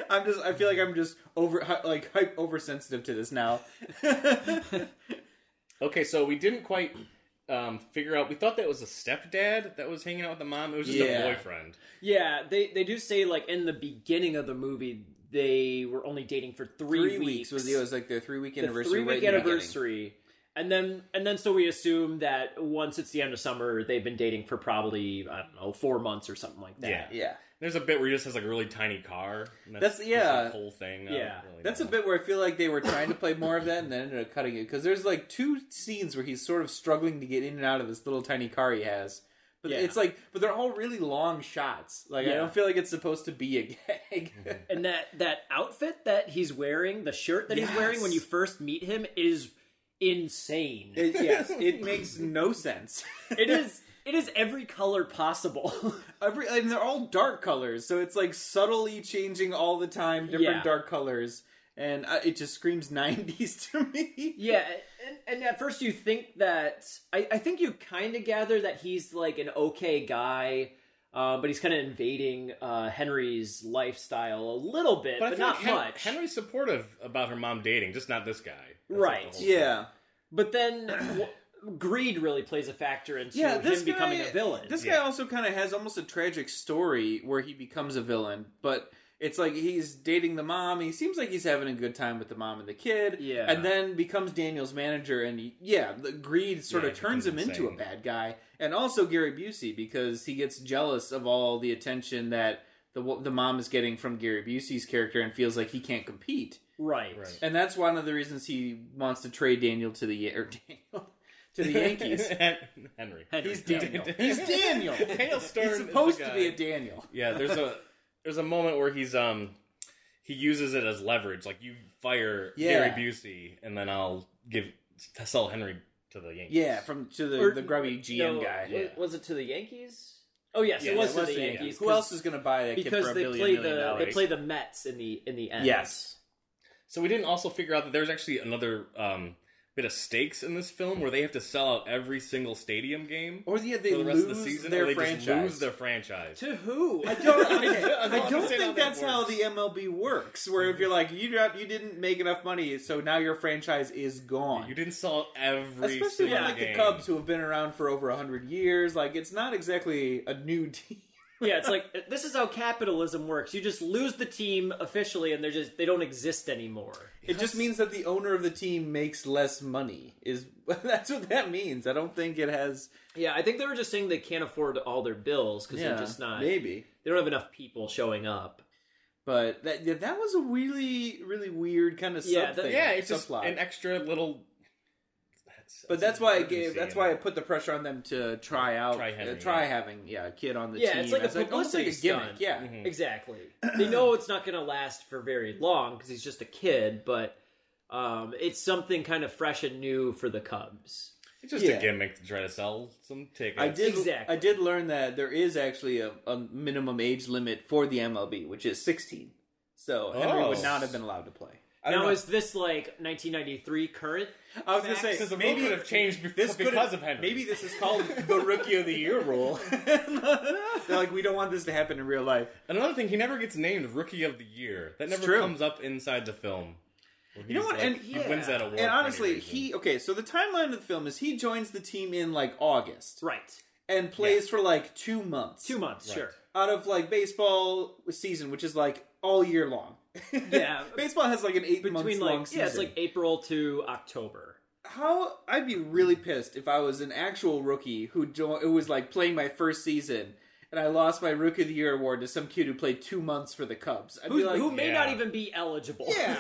C: I'm just I feel like I'm just over hy- like hype oversensitive to this now.
B: Okay, so we didn't quite um, figure out. We thought that was a stepdad that was hanging out with the mom. It was just
C: Yeah.
B: a boyfriend.
A: yeah, they they do say like in the beginning of the movie they were only dating for three,
C: three weeks was it was like their three week
A: the
C: anniversary.
A: three
C: right
A: week
C: in the
A: anniversary. And then, and then, so we assume that once it's the end of summer, they've been dating for probably I don't know four months or something like that.
B: Yeah.
C: beginning. Yeah,
B: There's a bit where he just has like a really tiny car. and
C: That's-
B: just
C: yeah.
B: the whole thing. I
A: Yeah.
B: don't really
C: that's a
B: know.
C: bit where I feel like they were trying to play more of that, and then ended up cutting it because there's like two scenes where he's sort of struggling to get in and out of this little tiny car he has. But
A: Yeah.
C: it's like, but they're all really long shots. Like I
A: Yeah.
C: don't feel like it's supposed to be a gag.
A: And that that outfit that he's wearing, the shirt that he's wearing when you
C: Yes.
A: first meet him, is insane.
C: It- yes, it makes no sense.
A: it is it is every color possible.
C: Every and they're all dark colors, so it's like subtly changing all the time, different
A: Yeah.
C: dark colors, and uh, it just screams '90s to me.
A: yeah, and, and at first you think that I, I think you kind of gather that he's like an okay guy. Uh, but he's kind of invading uh, Henry's lifestyle a little bit,
B: But, I
A: but,
B: feel
A: not
B: like Hen-
A: much.
B: Henry's supportive about her mom dating, just not this guy. That's, like, the
A: Right.
B: whole-
C: Yeah,
A: But then w- greed really plays a factor into
C: yeah. This
A: him
C: guy,
A: becoming a villain.
C: This guy
B: Yeah.
C: also kind of has almost a tragic story where he becomes a villain, but. It's like he's dating the mom. He seems like he's having a good time with the mom and the kid.
A: Yeah.
C: And then becomes Daniel's manager. And he- yeah, the greed sort
B: Yeah,
C: of
B: he
C: turns him
B: becomes
C: into a
B: insane.
C: bad guy. And also Gary Busey because he gets jealous of all the attention that the the mom is getting from Gary Busey's character and feels like he can't compete.
A: right.
B: Right.
C: And that's one of the reasons he wants to trade Daniel to the or Daniel to the Yankees.
B: Henry.
A: Henry's Daniel.
C: He's Daniel.
B: Daniel Stern.
C: He's
B: is the
C: supposed to be
B: guy.
C: a Daniel.
B: Yeah. There's a there's a moment where he's um he uses it as leverage. Like you fire
C: Yeah.
B: Gary Busey, and then I'll give to sell Henry to the Yankees.
C: Yeah, from to the,
A: Or-
C: the grubby GM
A: No,
C: guy.
A: wa-
B: Yeah.
A: Was it to the Yankees? Oh yes,
B: Yeah,
A: it was
C: It
A: to
C: was
A: the
C: the
A: Yankees.
C: Yankees. Who
A: 'cause-
C: else is going to buy that kid
A: because
C: for a
A: they
C: billion
A: play
C: million
A: the
C: dollars?
A: they play the Mets in the in the end.
C: Yes.
B: So we didn't also figure out that there's actually another um, bit of stakes in this film where they have to sell out every single stadium game
C: or yeah, they
B: for the rest
C: lose
B: of the season,
C: their
B: or they
C: franchise.
B: just lose their franchise.
A: To who?
C: I don't, okay,
B: I don't
C: I
B: understand
C: don't
B: how that
C: think that's how
B: works.
C: the MLB works. Where if you're like you don't, you didn't make enough money, so now your franchise is gone.
B: You didn't sell out every
C: Especially
B: single
C: when like
B: game.
C: the Cubs, who have been around for over hundred years, like it's not exactly a new team.
A: yeah, it's like this is how capitalism works. You just lose the team officially, and they're just they don't exist anymore.
C: It just means that the owner of the team makes less money. Is that's what that means? I don't think it has.
A: Yeah, I think they were just saying they can't afford all their bills because
C: Yeah,
A: they're just not.
C: maybe.
A: They don't have enough people showing up.
C: But that yeah, that was a really really weird kind of
A: Yeah,
C: sub
A: that-
C: thing,
B: yeah, it's just
C: subplot.
B: an extra little.
C: but that's why I gave.
B: urgency
C: That's
B: in
C: why I
B: it.
C: put the pressure on them to try out,
B: Try
C: try
B: having,
C: having, try
B: yeah.
C: having yeah, a kid on the
A: Yeah,
C: team.
A: it's like a
C: as, almost like a
A: publicity
C: gimmick.
A: stunt. Mm-hmm.
C: Yeah,
A: Exactly. They know it's not going to last for very long because he's just a kid, but um, it's something kind of fresh and new for the Cubs.
B: It's just
C: yeah.
B: a gimmick to try to sell some tickets.
C: I did.
A: Exactly.
C: I did learn that there is actually a, a minimum age limit for the MLB, which is 16. So Henry
B: Oh.
C: would not have been allowed to play. I don't
A: Now,
C: know.
A: is this like 1993 current?
C: I was going to
B: Because the
C: say
B: rule could have changed bef-
C: this could
B: because
C: have-
B: of Henry.
C: Maybe this is called the Rookie of the Year rule. They're like, we don't want this to happen in real life.
B: And another thing, he never gets named Rookie of the Year. That never
C: true.
B: comes up inside the film. You
C: know what? And-
B: he wins that award.
C: And
B: for any
C: honestly,
B: reason.
C: he okay. So the timeline of the film is he joins the team in like August
A: Right.
C: and plays for like two months.
A: Two months, sure.
C: out of like baseball season, which is like all year long.
A: Yeah.
C: baseball has like an eight
A: Between
C: month
A: like
C: long season.
A: yeah, it's like April to October.
C: how I'd be really pissed if I was an actual rookie who jo- who was like playing my first season and I lost my rookie of the year award to some kid who played two months for the Cubs. I'd be
A: Who,
C: like,
A: who may not
B: yeah.
A: even be eligible.
C: yeah.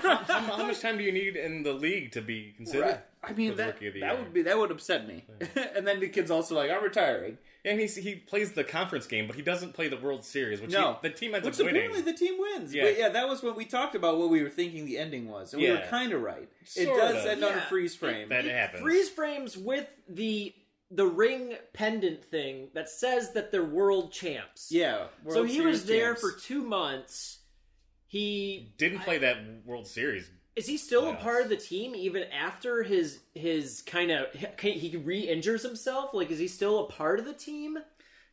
B: how, how much time do you need in the league to be considered?
C: I mean
B: For the
C: that,
B: rookie of the
C: that
B: year.
C: would be that would upset me. and then the kid's also like, I'm retiring.
B: And he's, he plays the conference game, but he doesn't play the World Series, which
C: No,
B: he, the team ends
C: which
B: up winning.
C: apparently the team wins.
B: Yeah.
C: But yeah, that was when we talked about what we were thinking the ending was, and we were
B: Yeah.
C: kind of right. it
B: Sorta.
C: does end on a
A: Yeah.
C: freeze frame.
B: that
A: It
B: happens.
A: Freeze frames with the the ring pendant thing that says that they're world champs.
C: yeah,
A: so
C: World
A: he was
C: Series
A: there
C: champs.
A: for two months. He
B: Didn't play that World Series.
A: is he still a
B: Playoffs.
A: part of the team even after his his kind of he re-injures himself? Like, is he still a part of the team?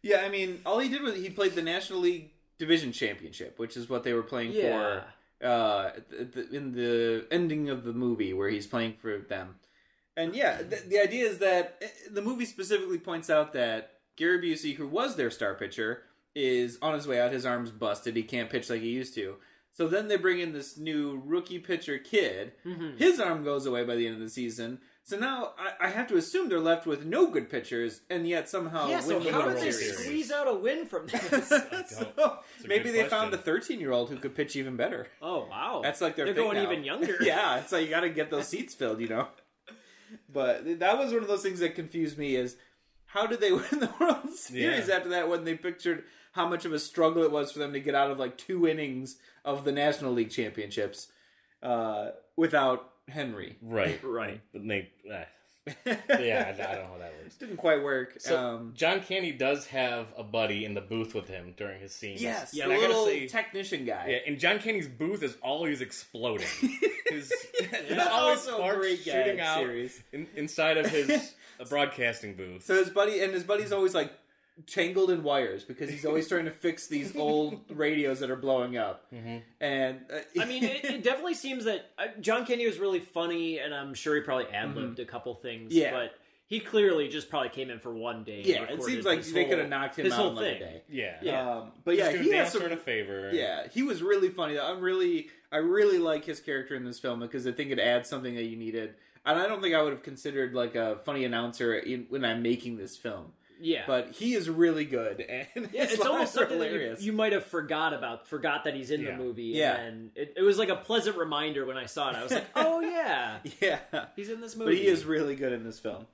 C: Yeah, I mean, all he did was he played the National League Division Championship, which is what they were playing
A: Yeah.
C: for uh, at the- at the- in the ending of the movie where he's playing for them. And yeah, the, the idea is that eh, the movie specifically points out that Gary Busey, who was their star pitcher, is on his way out. His arm's busted. He can't pitch like he used to. So then they bring in this new rookie pitcher kid.
A: Mm-hmm.
C: His arm goes away by the end of the season. So now I, I have to assume they're left with no good pitchers, and yet somehow
A: yeah. So
C: win the
A: how
C: World
A: did they
C: Series.
A: squeeze out a win from this?
C: So,
B: a
C: maybe
B: good
C: they found a
B: question.
C: 13 year old who could pitch even better.
A: oh wow,
C: That's like their
A: they're
C: thing
A: going
C: now.
A: even younger.
C: yeah, it's like you got to get those seats filled, you know. But that was one of those things that confused me is how did they win the World Series
B: Yeah.
C: after that when they pictured how much of a struggle it was for them to get out of like two innings of the National League championships uh, without Henry.
B: Right.
A: Right.
B: But they, eh.
C: yeah,
B: yeah, I, I don't know how that works.
C: didn't quite work.
B: So
C: um,
B: John Candy does have a buddy in the booth with him during his scenes.
C: yes,
A: Yeah,
C: the
A: I gotta
C: little
B: say-
C: technician guy.
B: Yeah, and John Candy's booth is always exploding. His, there's
C: That's
B: always
C: also a
B: sparks
C: great gag
B: shooting out
C: series.
B: in, inside of his uh, broadcasting booth.
C: So his buddy and his buddy's always like tangled in wires because he's always trying to fix these old radios that are blowing up. And uh,
A: I mean, it, it definitely seems that uh, John Candy was really funny, and I'm sure he probably ad libbed a couple things.
C: Mm-hmm. Yeah.
A: but he clearly just probably came in for one day. and
C: yeah, it
A: recorded
C: seems like
A: his
C: they
A: whole-
C: could have knocked him
A: his
C: out
A: whole
C: in like a
A: thing.
C: day.
B: yeah.
A: Yeah.
C: Um, but yeah,
B: Just
C: he
B: doing
C: has
B: Dancer
C: some.
B: in a favor.
C: Yeah, he was really funny. I'm really, I really like his character in this film because I think it adds something that you needed. And I don't think I would have considered like a funny announcer in, when I'm making this film.
A: Yeah,
C: But he is really good, and
A: Yeah, it's, almost something that you,
C: hilarious.
A: you might have forgot about, forgot that he's in
B: Yeah.
A: the movie.
C: Yeah.
A: and it, it was like a pleasant reminder when I saw it. I was like, oh yeah,
C: yeah,
A: he's in this movie.
C: but he is really good in this film.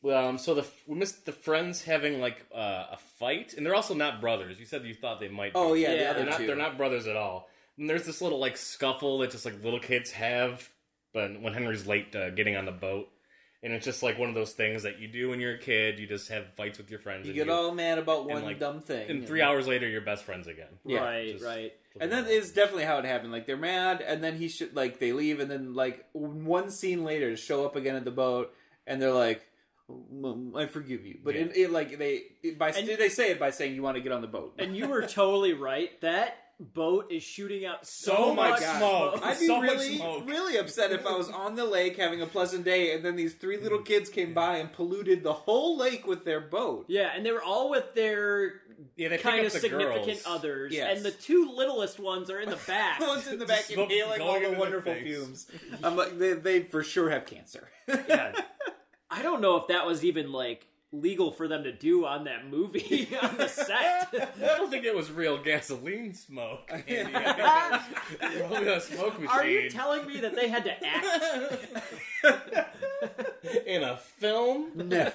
B: Well, um, so the we missed the friends having like uh, a fight, and they're also not brothers. You said you thought they might. be.
C: Oh yeah,
A: Yeah,
C: the
A: they're
C: other
B: they're not.
C: two.
B: They're not brothers at all. And there's this little like scuffle that just like little kids have, but when Henry's late uh, getting on the boat, and it's just like one of those things that you do when you're a kid. You just have fights with your friends.
C: You
B: and
C: get all mad about one
B: like,
C: dumb thing.
B: And three hours later, you're best friends again.
C: yeah,
A: right,
B: just-
A: right.
C: And that is definitely how it happened. Like they're mad, and then he should like they leave, and then like one scene later, show up again at the boat, and they're like, "M- "I forgive you," but
B: Yeah.
C: it, it like they it, by
A: And-
C: they say it by saying you want to get on the boat.
A: And you were totally right. That boat is shooting out so
B: Oh my
A: much
B: God.
A: smoke.
C: I'd be
B: so much
C: really,
B: smoke.
C: really upset if I was on the lake having a pleasant day, and then these three
B: Mm.
C: little kids came by and polluted the whole lake with their boat.
A: Yeah, and they were all with their
B: yeah, they pick
A: kind
B: up
A: of
B: the
A: significant
B: girls.
A: others,
C: Yes.
A: and the two littlest ones are in the back.
C: The ones in the back
B: smoke
C: inhaling all
B: going
C: the
B: into their
C: wonderful
B: face.
C: fumes. I'm like, they, they for sure have cancer.
B: Yeah.
A: I don't know if that was even like legal for them to do on that movie on the set.
B: I don't think it was real gasoline smoke. Andy. I think that was probably a smoke machine
A: Are you telling me that they had to act
B: in a film.
C: No.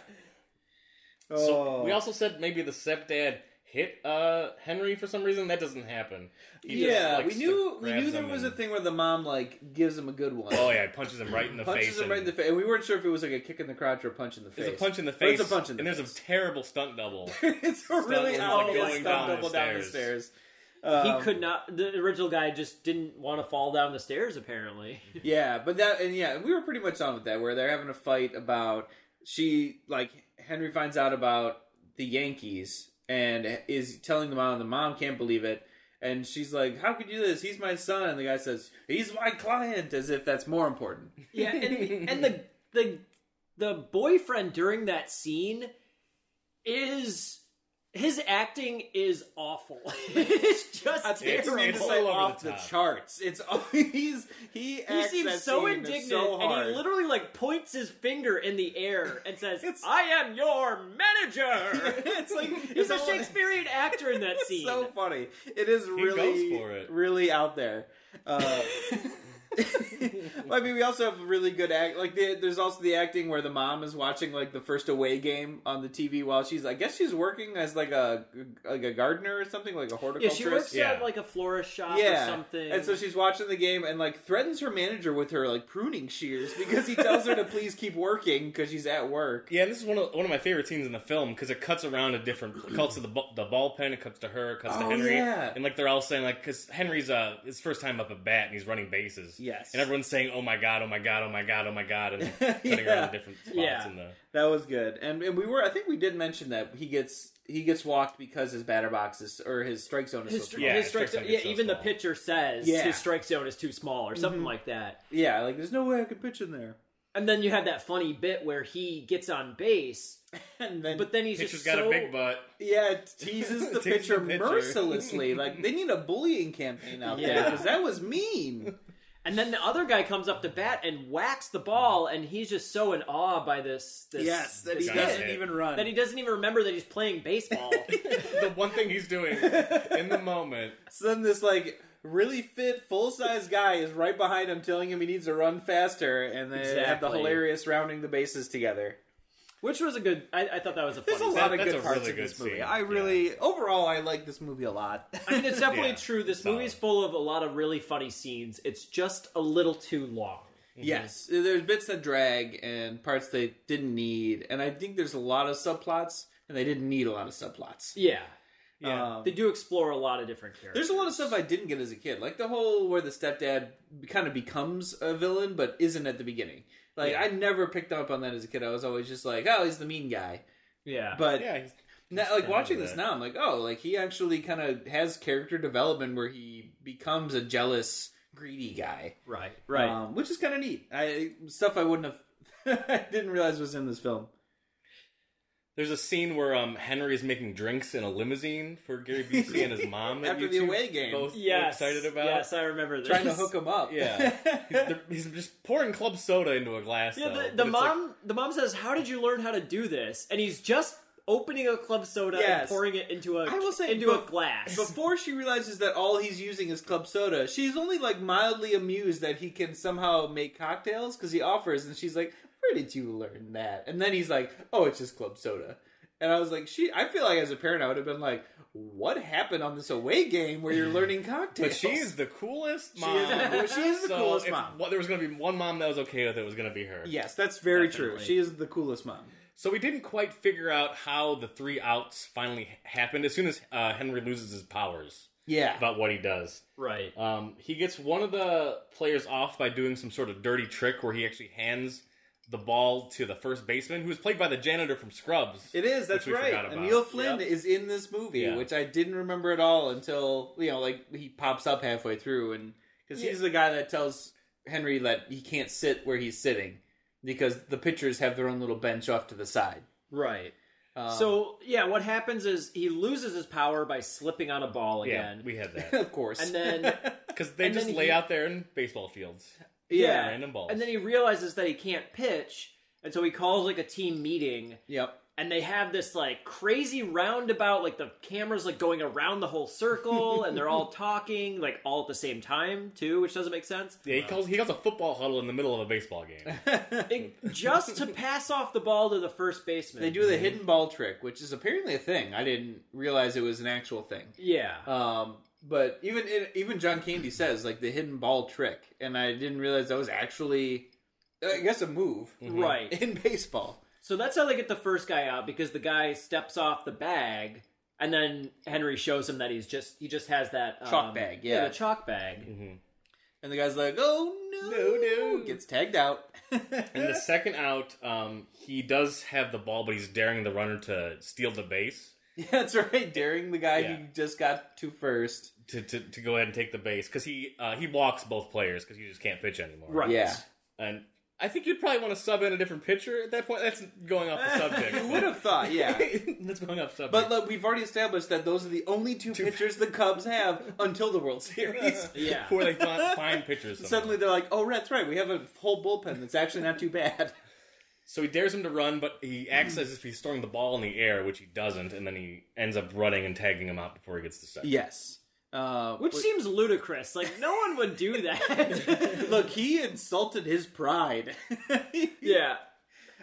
B: So
C: Oh.
B: we also said maybe the stepdad hit uh, Henry for some reason. That doesn't happen. He just,
C: yeah,
B: like,
C: we knew
B: st-
C: we
B: grabs
C: knew there
B: him
C: was a
B: and-
C: thing where the mom like gives him a good one.
B: Oh yeah, he punches him right in the
C: punches
B: face.
C: him right
B: and-
C: in the face, and we weren't sure if it was like a kick in the crotch or a punch in the face.
B: There's a punch in the
C: But
B: face.
C: It's a punch in the
B: and
C: face.
B: there's a terrible stunt double.
C: it's a really
B: like
C: obvious
B: going
C: stunt
B: down the
C: double down the
B: stairs.
C: stairs. Um,
A: he could not the original guy just didn't want to fall down the stairs apparently
C: Yeah, but that and yeah, we were pretty much on with that where they're having a fight about she like Henry finds out about the Yankees and is telling the mom and the mom can't believe it And she's like, "How could you do this? He's my son." And the guy says, "He's my client," as if that's more important.
A: Yeah, and, and the the the boyfriend during that scene is his acting is awful. it's just
B: It's-
C: Terrible.
B: it's
A: terrible.
B: all over
C: off
B: the
C: the,
B: top.
C: charts. It's he's he
A: He
C: acts that
A: seems so
C: scene
A: indignant,
C: so
A: and
C: hard.
A: he literally like points his finger in the air and says, "I am your manager."
C: it's like
A: He's a
C: it's all-
A: Shakespearean actor in that
C: It's
A: scene.
C: so funny. It is really,
B: goes for it.
C: really out there. Uh, I mean, we also have really good act. Like, the, there's also the acting where the mom is watching like the first away game on the TV while she's, I guess, she's working as like a like a gardener or something, like a
A: yeah,
C: horticulturist.
A: she works
B: Yeah.
A: at like a florist shop
C: yeah,
A: or something.
C: and so she's watching the game and like threatens her manager with her like pruning shears because he tells her to please keep working because she's at work.
B: Yeah, and this is one of one of my favorite scenes in the film because it cuts around to different. It cuts to the bu- the ball pen. It cuts to her. It cuts to
C: Oh,
B: Henry.
C: yeah.
B: And like they're all saying like because Henry's uh his first time up at bat and he's running bases.
C: Yes.
B: And everyone's saying oh my god oh my god oh my god oh my god and cutting
C: Yeah.
B: around to different spots
A: Yeah.
B: in the.
C: That was good, and and we were. I think we did mention that he gets he gets walked because his batter box is or his strike zone is
A: his,
C: so
A: stri-
C: small.
B: Yeah,
A: his
B: his
A: strike
B: strike
A: zone,
B: zone
A: yeah,
B: is so
A: even the
B: small.
A: pitcher says
C: Yeah. Mm-hmm.
A: his strike zone is too small or something like that.
C: Yeah, like there's no way I could pitch in there.
A: And then you have that funny bit where he gets on base,
C: And then,
A: but then he's
B: Pitcher's
A: just
B: got
A: so,
B: a big butt.
C: yeah, teases the
B: Teases the
C: pitcher
B: pitcher.
C: mercilessly. like they need a bullying campaign out there
A: Yeah.
C: because that was mean.
A: And then the other guy comes up to bat and whacks the ball, and he's just so in awe by this. this this
B: he
A: hit,
B: doesn't even
C: run.
A: that he doesn't even remember that he's playing baseball.
B: the one thing he's doing in the moment.
C: so then this like really fit full size guy is right behind him, telling him he needs to run faster, and they have the
A: Exactly.
C: hilarious rounding the bases together.
A: Which was a good. I, I thought that was a
C: There's a
A: funny.
B: That-
C: lot of
B: that's
C: good
B: a
C: parts
B: really
C: in this
B: good
C: movie.
B: scene.
C: I really, overall, I like this movie a lot.
A: I mean, it's definitely
B: Yeah.
A: true. This
B: Solid.
A: movie's full of a lot of really funny scenes. It's just a little too long.
C: Yes, there's bits that drag and parts they didn't need, and I think there's a lot of subplots, and they didn't need a lot of subplots.
A: Yeah,
B: Yeah.
C: Um,
A: they do explore a lot of different characters.
C: there's a lot of stuff I didn't get as a kid, like the whole where the stepdad kind of becomes a villain but isn't at the beginning. Like
B: Yeah.
C: I never picked up on that as a kid. I was always just like, oh, he's the mean guy.
A: yeah,
C: But
B: yeah. He's,
C: now, like
B: kinda
C: watching
B: that.
C: this now, I'm like, oh, like he actually kind of has character development where he becomes a jealous, greedy guy.
A: right, right.
C: um, which is kind of neat. I stuff I wouldn't have, I didn't realize was in this film.
B: there's a scene where um Henry is making drinks in a limousine for Gary Busey and his mom. that
C: After
B: you
C: the
B: two
C: away game.
B: both were
A: yes,
B: excited about.
A: Yes, I remember this.
C: Trying to hook him up.
B: Yeah. They're- he's just pouring club soda into a glass.
A: Yeah,
B: though,
A: the,
B: but
A: the
B: it's
A: mom the mom says, "How did you learn how to do this?" And he's just opening a club soda
C: Yes.
A: and pouring it into a
C: I will say,
A: into
C: bef-
A: a glass.
C: Before she realizes that all he's using is club soda, she's only like mildly amused that he can somehow make cocktails because he offers, and she's like, "Where did you learn that?" And then he's like, "Oh, it's just club soda." And I was like, "She." I feel like as a parent, I would have been like, "What happened on this away game where you're learning
B: Like,
C: cocktails?"
B: but she is the coolest
C: She
B: mom.
C: is the coolest- she is the
B: so
C: coolest
B: if
C: mom.
B: What, there was going to be one mom that was okay with it, it was going to be her.
C: Yes, that's very true.
A: Definitely.
C: She is the coolest mom.
B: So we didn't quite figure out how the three outs finally happened. As soon as uh, Henry loses his powers
C: Yeah.
B: about what he does,
A: right.
B: Um, he gets one of the players off by doing some sort of dirty trick where he actually hands the ball to the first baseman, who was played by the janitor from Scrubs.
C: It is. That's
B: we
C: right.
B: forgot about.
C: Emil Flynn
A: Yep.
C: is in this movie,
B: Yeah.
C: which I didn't remember at all until you know, like he pops up halfway through, and because he's the guy that tells Henry that he can't sit where he's sitting because the pitchers have their own little bench off to the side.
A: Right.
C: Um,
A: so yeah, what happens is he loses his power by slipping on a ball
B: yeah,
A: again,
B: we had that
C: of course,
A: and then
B: because they
A: And
B: just
A: then
B: lay
A: he-
B: out there in baseball fields.
A: yeah,
B: random balls.
A: and then he realizes that he can't pitch, and so he calls like a team meeting,
C: yep,
A: and they have this like crazy roundabout, like the cameras like going around the whole circle, and they're all talking like all at the same time too, which doesn't make sense.
B: Yeah, he calls he calls a football huddle in the middle of a baseball game.
A: It- just to pass off the ball to the first baseman.
C: they do the
B: Mm-hmm.
C: hidden ball trick, which is apparently a thing. I didn't realize it was an actual thing.
A: Yeah.
C: Um, but even even John Candy says like the hidden ball trick, and I didn't realize that was actually, I guess, a move
A: Right.
C: in baseball.
A: So that's how they get the first guy out because the guy steps off the bag and then Henry shows him that he's just he just has that um,
C: Chalk bag, yeah.
A: the chalk bag.
B: Mm-hmm.
C: And the guy's like, "Oh no,
B: No, no.
C: gets tagged out."
B: In the second out, um, he does have the ball, but he's daring the runner to steal the base.
C: Yeah, that's right. Daring the guy
B: Yeah.
C: who just got to first.
B: to, to, to go ahead and take the base because he uh, he blocks both players because you just can't pitch anymore.
A: Right.
C: Yeah.
B: And I think you'd probably want to sub in a different pitcher at that point. That's going off the subject.
C: You would have thought, yeah.
B: That's going off subject.
C: But look, we've already established that those are the only two pitchers the Cubs have until the World Series.
A: Yeah.
B: Before they fi- find pitchers. somewhere.
C: Suddenly they're like, oh, that's right, we have a whole bullpen that's actually not too bad.
B: So he dares him to run, but he acts as if he's throwing the ball in the air, which he doesn't, and then he ends up running and tagging him out before he gets to second.
C: Yes. Uh,
A: Which seems ludicrous. Like no one would do that.
C: look, he insulted his pride.
A: yeah.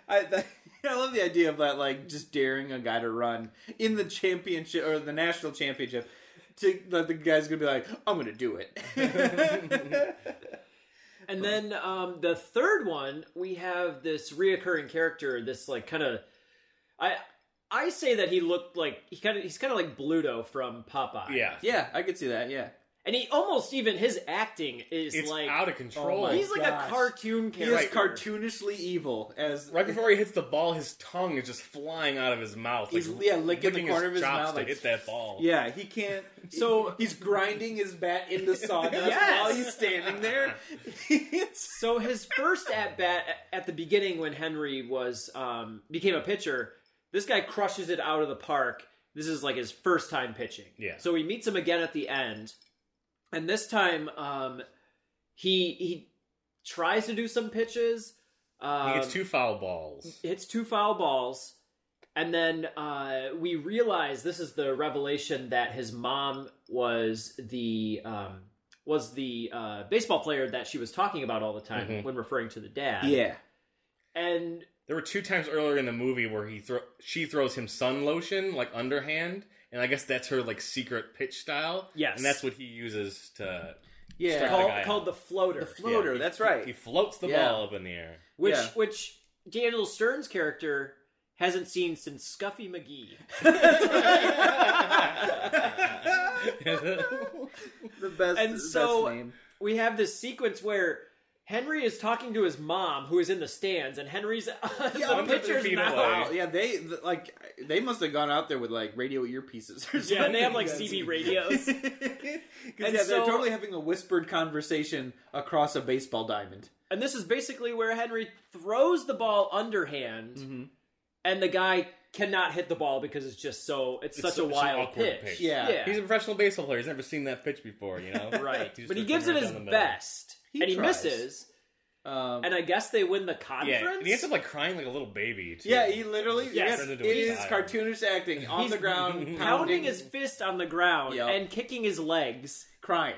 C: I, that, I love the idea of that, like just daring a guy to run in the championship or the national championship. To that the guy's gonna be like, I'm gonna do it.
A: And then um, the third one, we have this reoccurring character, this like kind of, I I say that he looked like he kind of he's kind of like Bluto from Popeye.
B: Yeah.
C: yeah, I could see that. Yeah,
A: and he almost even his acting is
B: It's
A: like
B: out of control.
C: oh my-
A: he's like
C: gosh.
A: a cartoon
C: he is
A: character.
C: cartoonishly evil. As
B: right before he hits the ball, his tongue is just flying out of his mouth.
C: He's- yeah, licking the
B: licking
C: corner of his
B: chops
C: mouth,
B: to
C: like-
B: hit that ball.
C: yeah, he can't.
A: So-
C: he's grinding his bat into sawdust
A: Yes!
C: while he's standing there. It's-
A: So his first at bat at the beginning when Henry was um, became a pitcher, this guy crushes it out of the park. This is like his first time pitching.
B: Yeah.
A: So he meets him again at the end, and this time um, he he tries to do some pitches. Um,
B: He gets two foul balls.
A: hits two foul balls, and then uh, we realize this is the revelation that his mom was the um, was the uh, baseball player that she was talking about all the time
B: Mhm.
A: when referring to the dad.
C: yeah,
A: and
B: There were two times earlier in the movie where he throw she throws him sun lotion like underhand, and I guess that's her like secret pitch style.
A: Yes.
B: and that's what he uses to
C: yeah.
B: Strike.
A: called
B: guy
A: called the floater,
C: The floater.
B: Yeah, he-
C: that's right.
B: he floats the
C: Yeah.
B: ball up in the air.
A: which
C: yeah.
A: which Daniel Stern's character hasn't seen since Scuffy McGee.
C: the best.
A: And
C: the best
A: so-
C: name.
A: we have this sequence where Henry is talking to his mom, who is in the stands, and Henry's the
B: I'm gonna
A: pitcher's
B: feed
A: mouth.
B: away.
C: Wow, Oh, yeah, they th- like they must have gone out there with like radio earpieces or something.
A: Yeah, and they have like CB radios.
C: Because yeah, they're
A: so-
C: totally having a whispered conversation across a baseball diamond.
A: And this is basically where Henry throws the ball underhand,
B: Mm-hmm.
A: and the guy cannot hit the ball because it's just so it's, such
B: so-
A: a
B: it's an
A: wild
B: awkward
A: pitch.
B: pitch.
C: Yeah.
B: He's a professional baseball player. He's never seen that pitch before, you know.
A: right.
B: just
A: But he
B: throws
A: gives
B: it
A: it
B: right
A: his
B: down the middle.
A: best,
C: He
A: and he
C: tries.
A: misses.
C: Um,
A: And I guess they win the conference.
B: Yeah, and he ends up like crying like a little baby. Too.
C: yeah, he literally
A: Yes.
C: yes,
B: Turns
C: it
B: into a
C: is
B: child.
C: cartoonish acting on
A: He's
C: the ground, pounding,
A: pounding his fist on the ground
C: Yep.
A: and kicking his legs.
C: crying.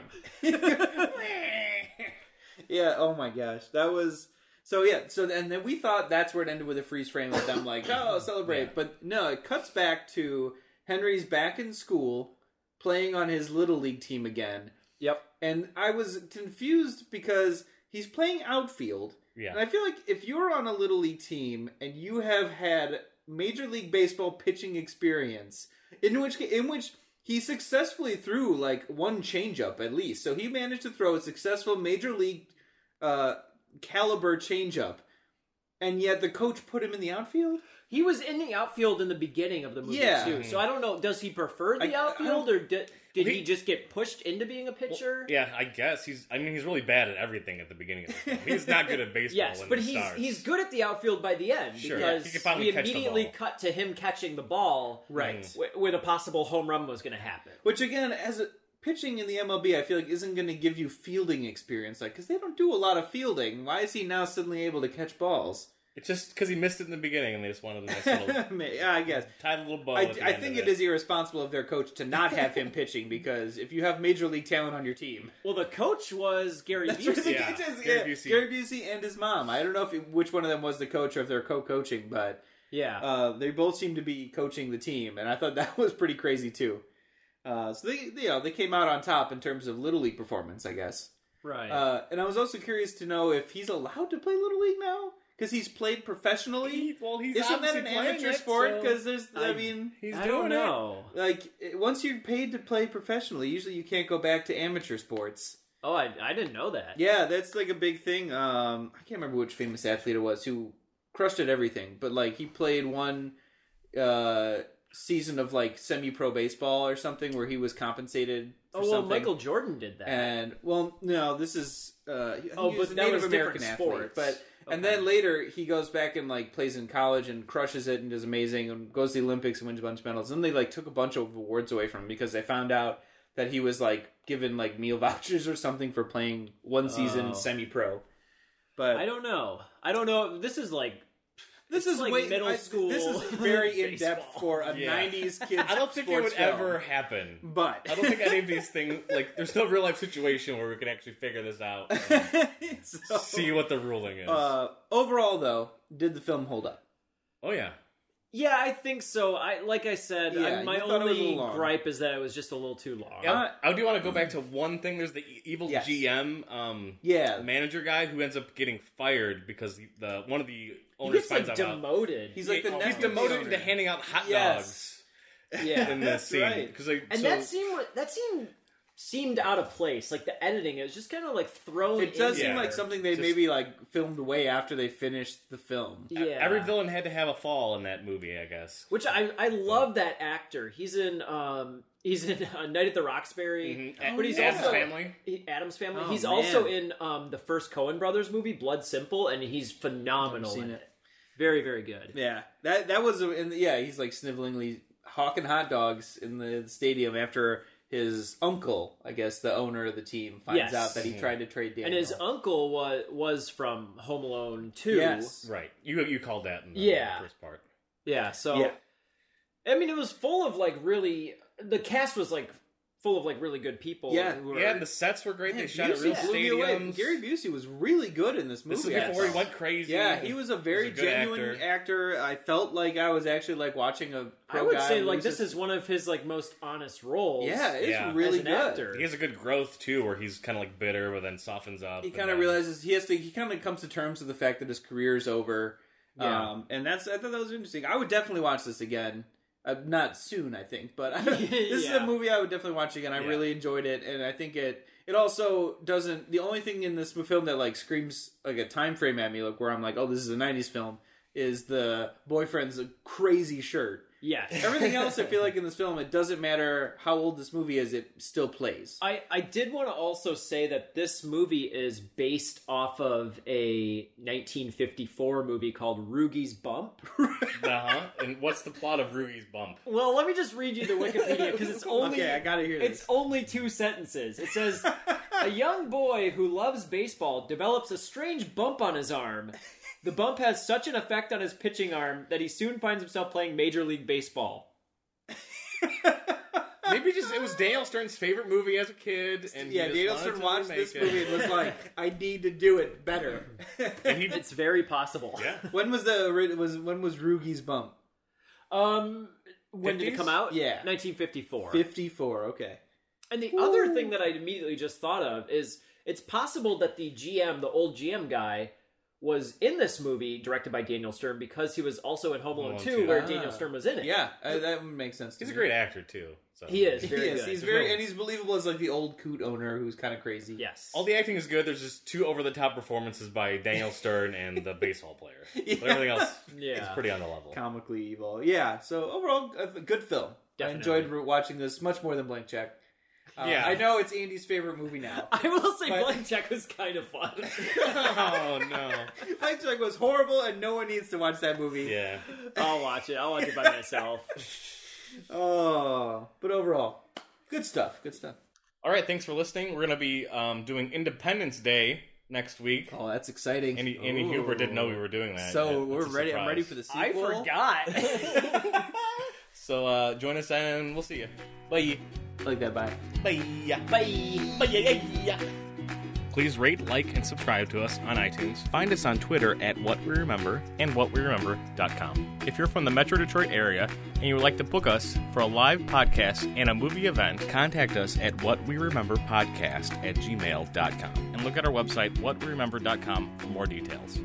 C: yeah. Oh my gosh, that was so. Yeah. So and then we thought that's where it ended with a freeze frame of them like, oh, celebrate. But no, it cuts back to Henry's back in school, playing on his little league team again.
A: Yep.
C: And I was confused because he's playing outfield.
B: Yeah.
C: And I feel like if you're on a little league team and you have had major league baseball pitching experience, in which ca- in which he successfully threw like one changeup at least, so he managed to throw a successful major league uh, caliber changeup, and yet the coach put him in the outfield.
A: He was in the outfield in the beginning of the movie
C: Yeah.
A: too, so I don't know. Does he prefer
C: I- I
A: the
C: don't-
A: outfield, or did, did
B: Well,
A: he,
B: he-
A: just get pushed into being a pitcher?
B: Yeah, I guess he's. I mean, he's really bad at everything at the beginning. of the film. He's not good at baseball.
A: Yes,
B: when
A: but
B: it
A: he's
B: starts.
A: he's good at the outfield by the end
B: Sure.
A: because
B: He can finally
A: we
B: catch the
A: immediately
B: ball.
A: cut to him catching the ball,
C: Right.
A: wh- where the possible home run was going to happen.
C: Which again, as a, pitching in the MLB, I feel like isn't going to give you fielding experience, like because they don't do a lot of fielding. Why is he now suddenly able to catch balls?
B: It's just because he missed it in the beginning, and they just wanted a nice little
C: May- I guess.
B: tied a little bow.
C: I,
B: at the
C: I
B: end
C: think
B: of
C: it
B: it
C: is irresponsible of their coach to not have him pitching because if you have major league talent on your team,
A: Well, the coach was Gary
C: that's where the
A: Busey.
B: Yeah.
C: coach is.
B: Gary
C: yeah,
B: Busey.
C: Gary Busey and his mom. I don't know if which one of them was the coach or if they're co-coaching, but
A: Yeah.
C: uh, they both seem to be coaching the team, and I thought that was pretty crazy too. Uh, so they, they, you know, they came out on top in terms of little league performance, I guess.
A: right.
C: Uh, and I was also curious to know if he's allowed to play little league now because he's played professionally.
B: He- well, he's
C: Isn't that
B: obviously
C: an
B: playing
C: amateur
B: it,
C: sport?
B: so-
C: Because there's, I,
A: I-
C: mean,
B: He's
A: I don't
B: doing
A: know.
C: like it- once you're paid to play professionally, usually you can't go back to amateur sports.
A: Oh, I, I didn't know that.
C: Yeah, that's like a big thing. Um, I can't remember which famous athlete it was who crushed at everything, but like he played one uh, season of like semi-pro baseball or something where he was compensated for
A: Oh well,
C: something.
A: Michael Jordan did that.
C: and well, no, this is uh, he-
A: Oh,
C: he
A: but
C: was a
A: that
C: Native
A: was
C: American
A: different
C: athlete,
A: sports.
C: But and
A: Okay.
C: then later he goes back and like plays in college and crushes it and does amazing and goes to the Olympics and wins a bunch of medals. And they like took a bunch of awards away from him because they found out that he was like given like meal vouchers or something for playing one season
A: Oh.
C: semi pro. But
A: I don't know. I don't know. This is like
C: this
A: it's
C: is
A: like
C: way,
A: middle
C: I-
A: school
C: This is very in depth
A: baseball.
C: for a
B: Yeah.
C: '90s kid.
B: I don't think it
C: sports
B: would
C: film.
B: ever happen.
C: But
B: I don't think any of these things like there's no real life situation where we can actually figure this out. and
C: So,
B: see what the ruling is.
C: uh, overall, though, did the film hold up?
B: oh yeah.
A: yeah, I think so. I like I said,
C: Yeah,
A: I,
C: you
A: my
C: thought it was a
A: only
C: little long.
A: gripe is that it was just a little too long.
B: Yeah, I do want to go back to one thing. There's the e- evil
C: uh, Yes.
B: GM um,
C: Yeah,
B: manager guy who ends up getting fired because the, the one of the
A: He
B: owners
A: gets
B: finds
A: like
B: out. about-
A: demoted.
C: He's like the
B: Yeah,
C: next
B: he's demoted
C: owner.
B: into handing out hot
C: Yes.
B: dogs in
A: yeah,
B: this
C: That's
B: scene
C: right.
B: because like,
A: and
B: so,
A: that seemed that seemed seemed out of place. Like the editing, it was just kind of like thrown.
C: It
A: in
C: does seem
B: Yeah.
A: there.
C: like something they
B: Just-
C: maybe like filmed way after they finished the film.
A: Yeah,
B: every villain had to have a fall in that movie, I guess.
A: Which I I love that actor. He's in um he's in uh, Night at the Roxbury,
B: Mhm.
A: but he's
B: Adam's
A: also
B: family.
A: he- Adam's family.
C: Oh,
A: he's
C: man.
A: also in um the first Cohen brothers movie, Blood Simple, and he's phenomenal
C: Never
A: in
C: seen
A: it.
C: it.
A: Very very good.
C: Yeah, that that was in the, yeah. He's like snivelingly hawking hot dogs in the stadium after his uncle, I guess, the owner of the team, finds
A: Yes.
C: out that he tried to trade Daniel.
A: And his uncle was was from Home Alone too.
C: yes,
B: Right. You you called that in the
A: Yeah.
B: first part.
A: Yeah. So
C: Yeah.
A: I mean, it was full of like really the cast was like full of like really good people.
C: Yeah.
A: who were-
B: Yeah, and the sets were great.
C: Man,
B: they shot at
C: Busey
B: real
C: blew me away.
B: stadiums.
C: Gary Busey was really good in this movie.
B: this is
C: I
B: before he
C: thought.
B: went crazy.
C: Yeah, he was a very
B: good
C: genuine
B: actor.
C: actor. I felt like I was actually like watching a. pro
A: I would
C: guy
A: say like
C: lose
A: this
C: his-
A: is one of his like most honest roles.
C: yeah, it's
B: Yeah.
C: really
A: as an
C: good.
A: actor.
B: He has a good growth too, where he's kind of like bitter, but then softens up.
C: he
B: and
C: kind of
B: then-
C: realizes he has to. He kind of comes to terms with the fact that his career is over.
A: Yeah.
C: Um, and that's I thought that was interesting. I would definitely watch this again. Uh, not soon, I think, but this is
A: Yeah.
C: a movie I would definitely watch again. I
B: Yeah.
C: really enjoyed it, and I think it. It also doesn't. The only thing in this film that like screams like a time frame at me, like where I'm like, oh, this is a '90s film, is the boyfriend's crazy shirt.
A: Yes.
C: Everything else, I feel like in this film, it doesn't matter how old this movie is, it still plays.
A: I, I did want to also say that this movie is based off of a 1954 movie called Rugi's Bump.
B: Uh-huh. And what's the plot of Rui's Bump?
A: Well, let me just read you the Wikipedia because it's only
C: okay, I gotta hear this.
A: it's only two sentences. It says a young boy who loves baseball develops a strange bump on his arm. The bump has such an effect on his pitching arm that he soon finds himself playing Major League Baseball.
B: Maybe just it was Daniel Stern's favorite movie as a kid, and he
C: Yeah,
B: just
C: Daniel
B: wanted
C: Stern
B: to
C: watched
B: remake
C: this
B: it.
C: movie and was like, "I need to do it better."
B: and he
A: It's very possible.
B: yeah.
C: when was the ori- was when was Rugi's bump?
A: Um, when did it
B: 50s?
A: come out?
C: Yeah.
A: 1954.
C: Fifty four. Okay.
A: And the other thing that I immediately just thought of is it's possible that the GM, the old GM guy, was in this movie directed by Daniel Stern because he was also in Home Alone,
B: Alone
A: 2,
B: 2.
A: where
C: Ah.
A: Daniel Stern was in it.
C: Yeah, uh, that would make sense. to
B: He's a
C: me.
B: great actor too. So.
A: He is.
C: He
A: Very
C: is.
A: good.
C: He's
B: It's a
C: very
B: film.
C: and he's believable as like the old coot owner who's kind of crazy.
A: Yes.
B: All the acting is good. There's just two over the top performances by Daniel Stern and the baseball player. But everything else is
A: Yeah.
B: pretty on the level.
C: Comically evil. Yeah. So overall, a th- good film.
A: Definitely.
C: I enjoyed re- watching this much more than Blank Check. Uh,
B: Yeah.
C: I know it's Andy's favorite movie now.
A: I will say
C: But-
A: Blank Check was kind of fun.
B: oh no.
C: Blank Check was horrible, and no one needs to watch that movie.
B: Yeah.
A: I'll watch it. I'll watch it by myself.
C: Oh, but overall, good stuff. Good stuff.
B: All right. Thanks for listening. We're gonna be um, doing Independence Day next week.
C: Oh, that's exciting.
B: Andy, Andy Huber didn't know we were doing that.
C: So
B: It- it's
C: we're
B: a
C: ready. I'm
B: surprise.
C: ready for the sequel.
A: I forgot.
B: So uh, join us and we'll see you. Bye.
C: Like that. Bye.
B: Bye.
A: Bye.
B: Please rate, like, and subscribe to us on iTunes. Find us on Twitter at What We Remember and WhatWeRemember.com. If you're from the Metro Detroit area and you would like to book us for a live podcast and a movie event, contact us at WhatWeRememberPodcast at gmail.com and look at our website, WhatWeRemember.com, for more details.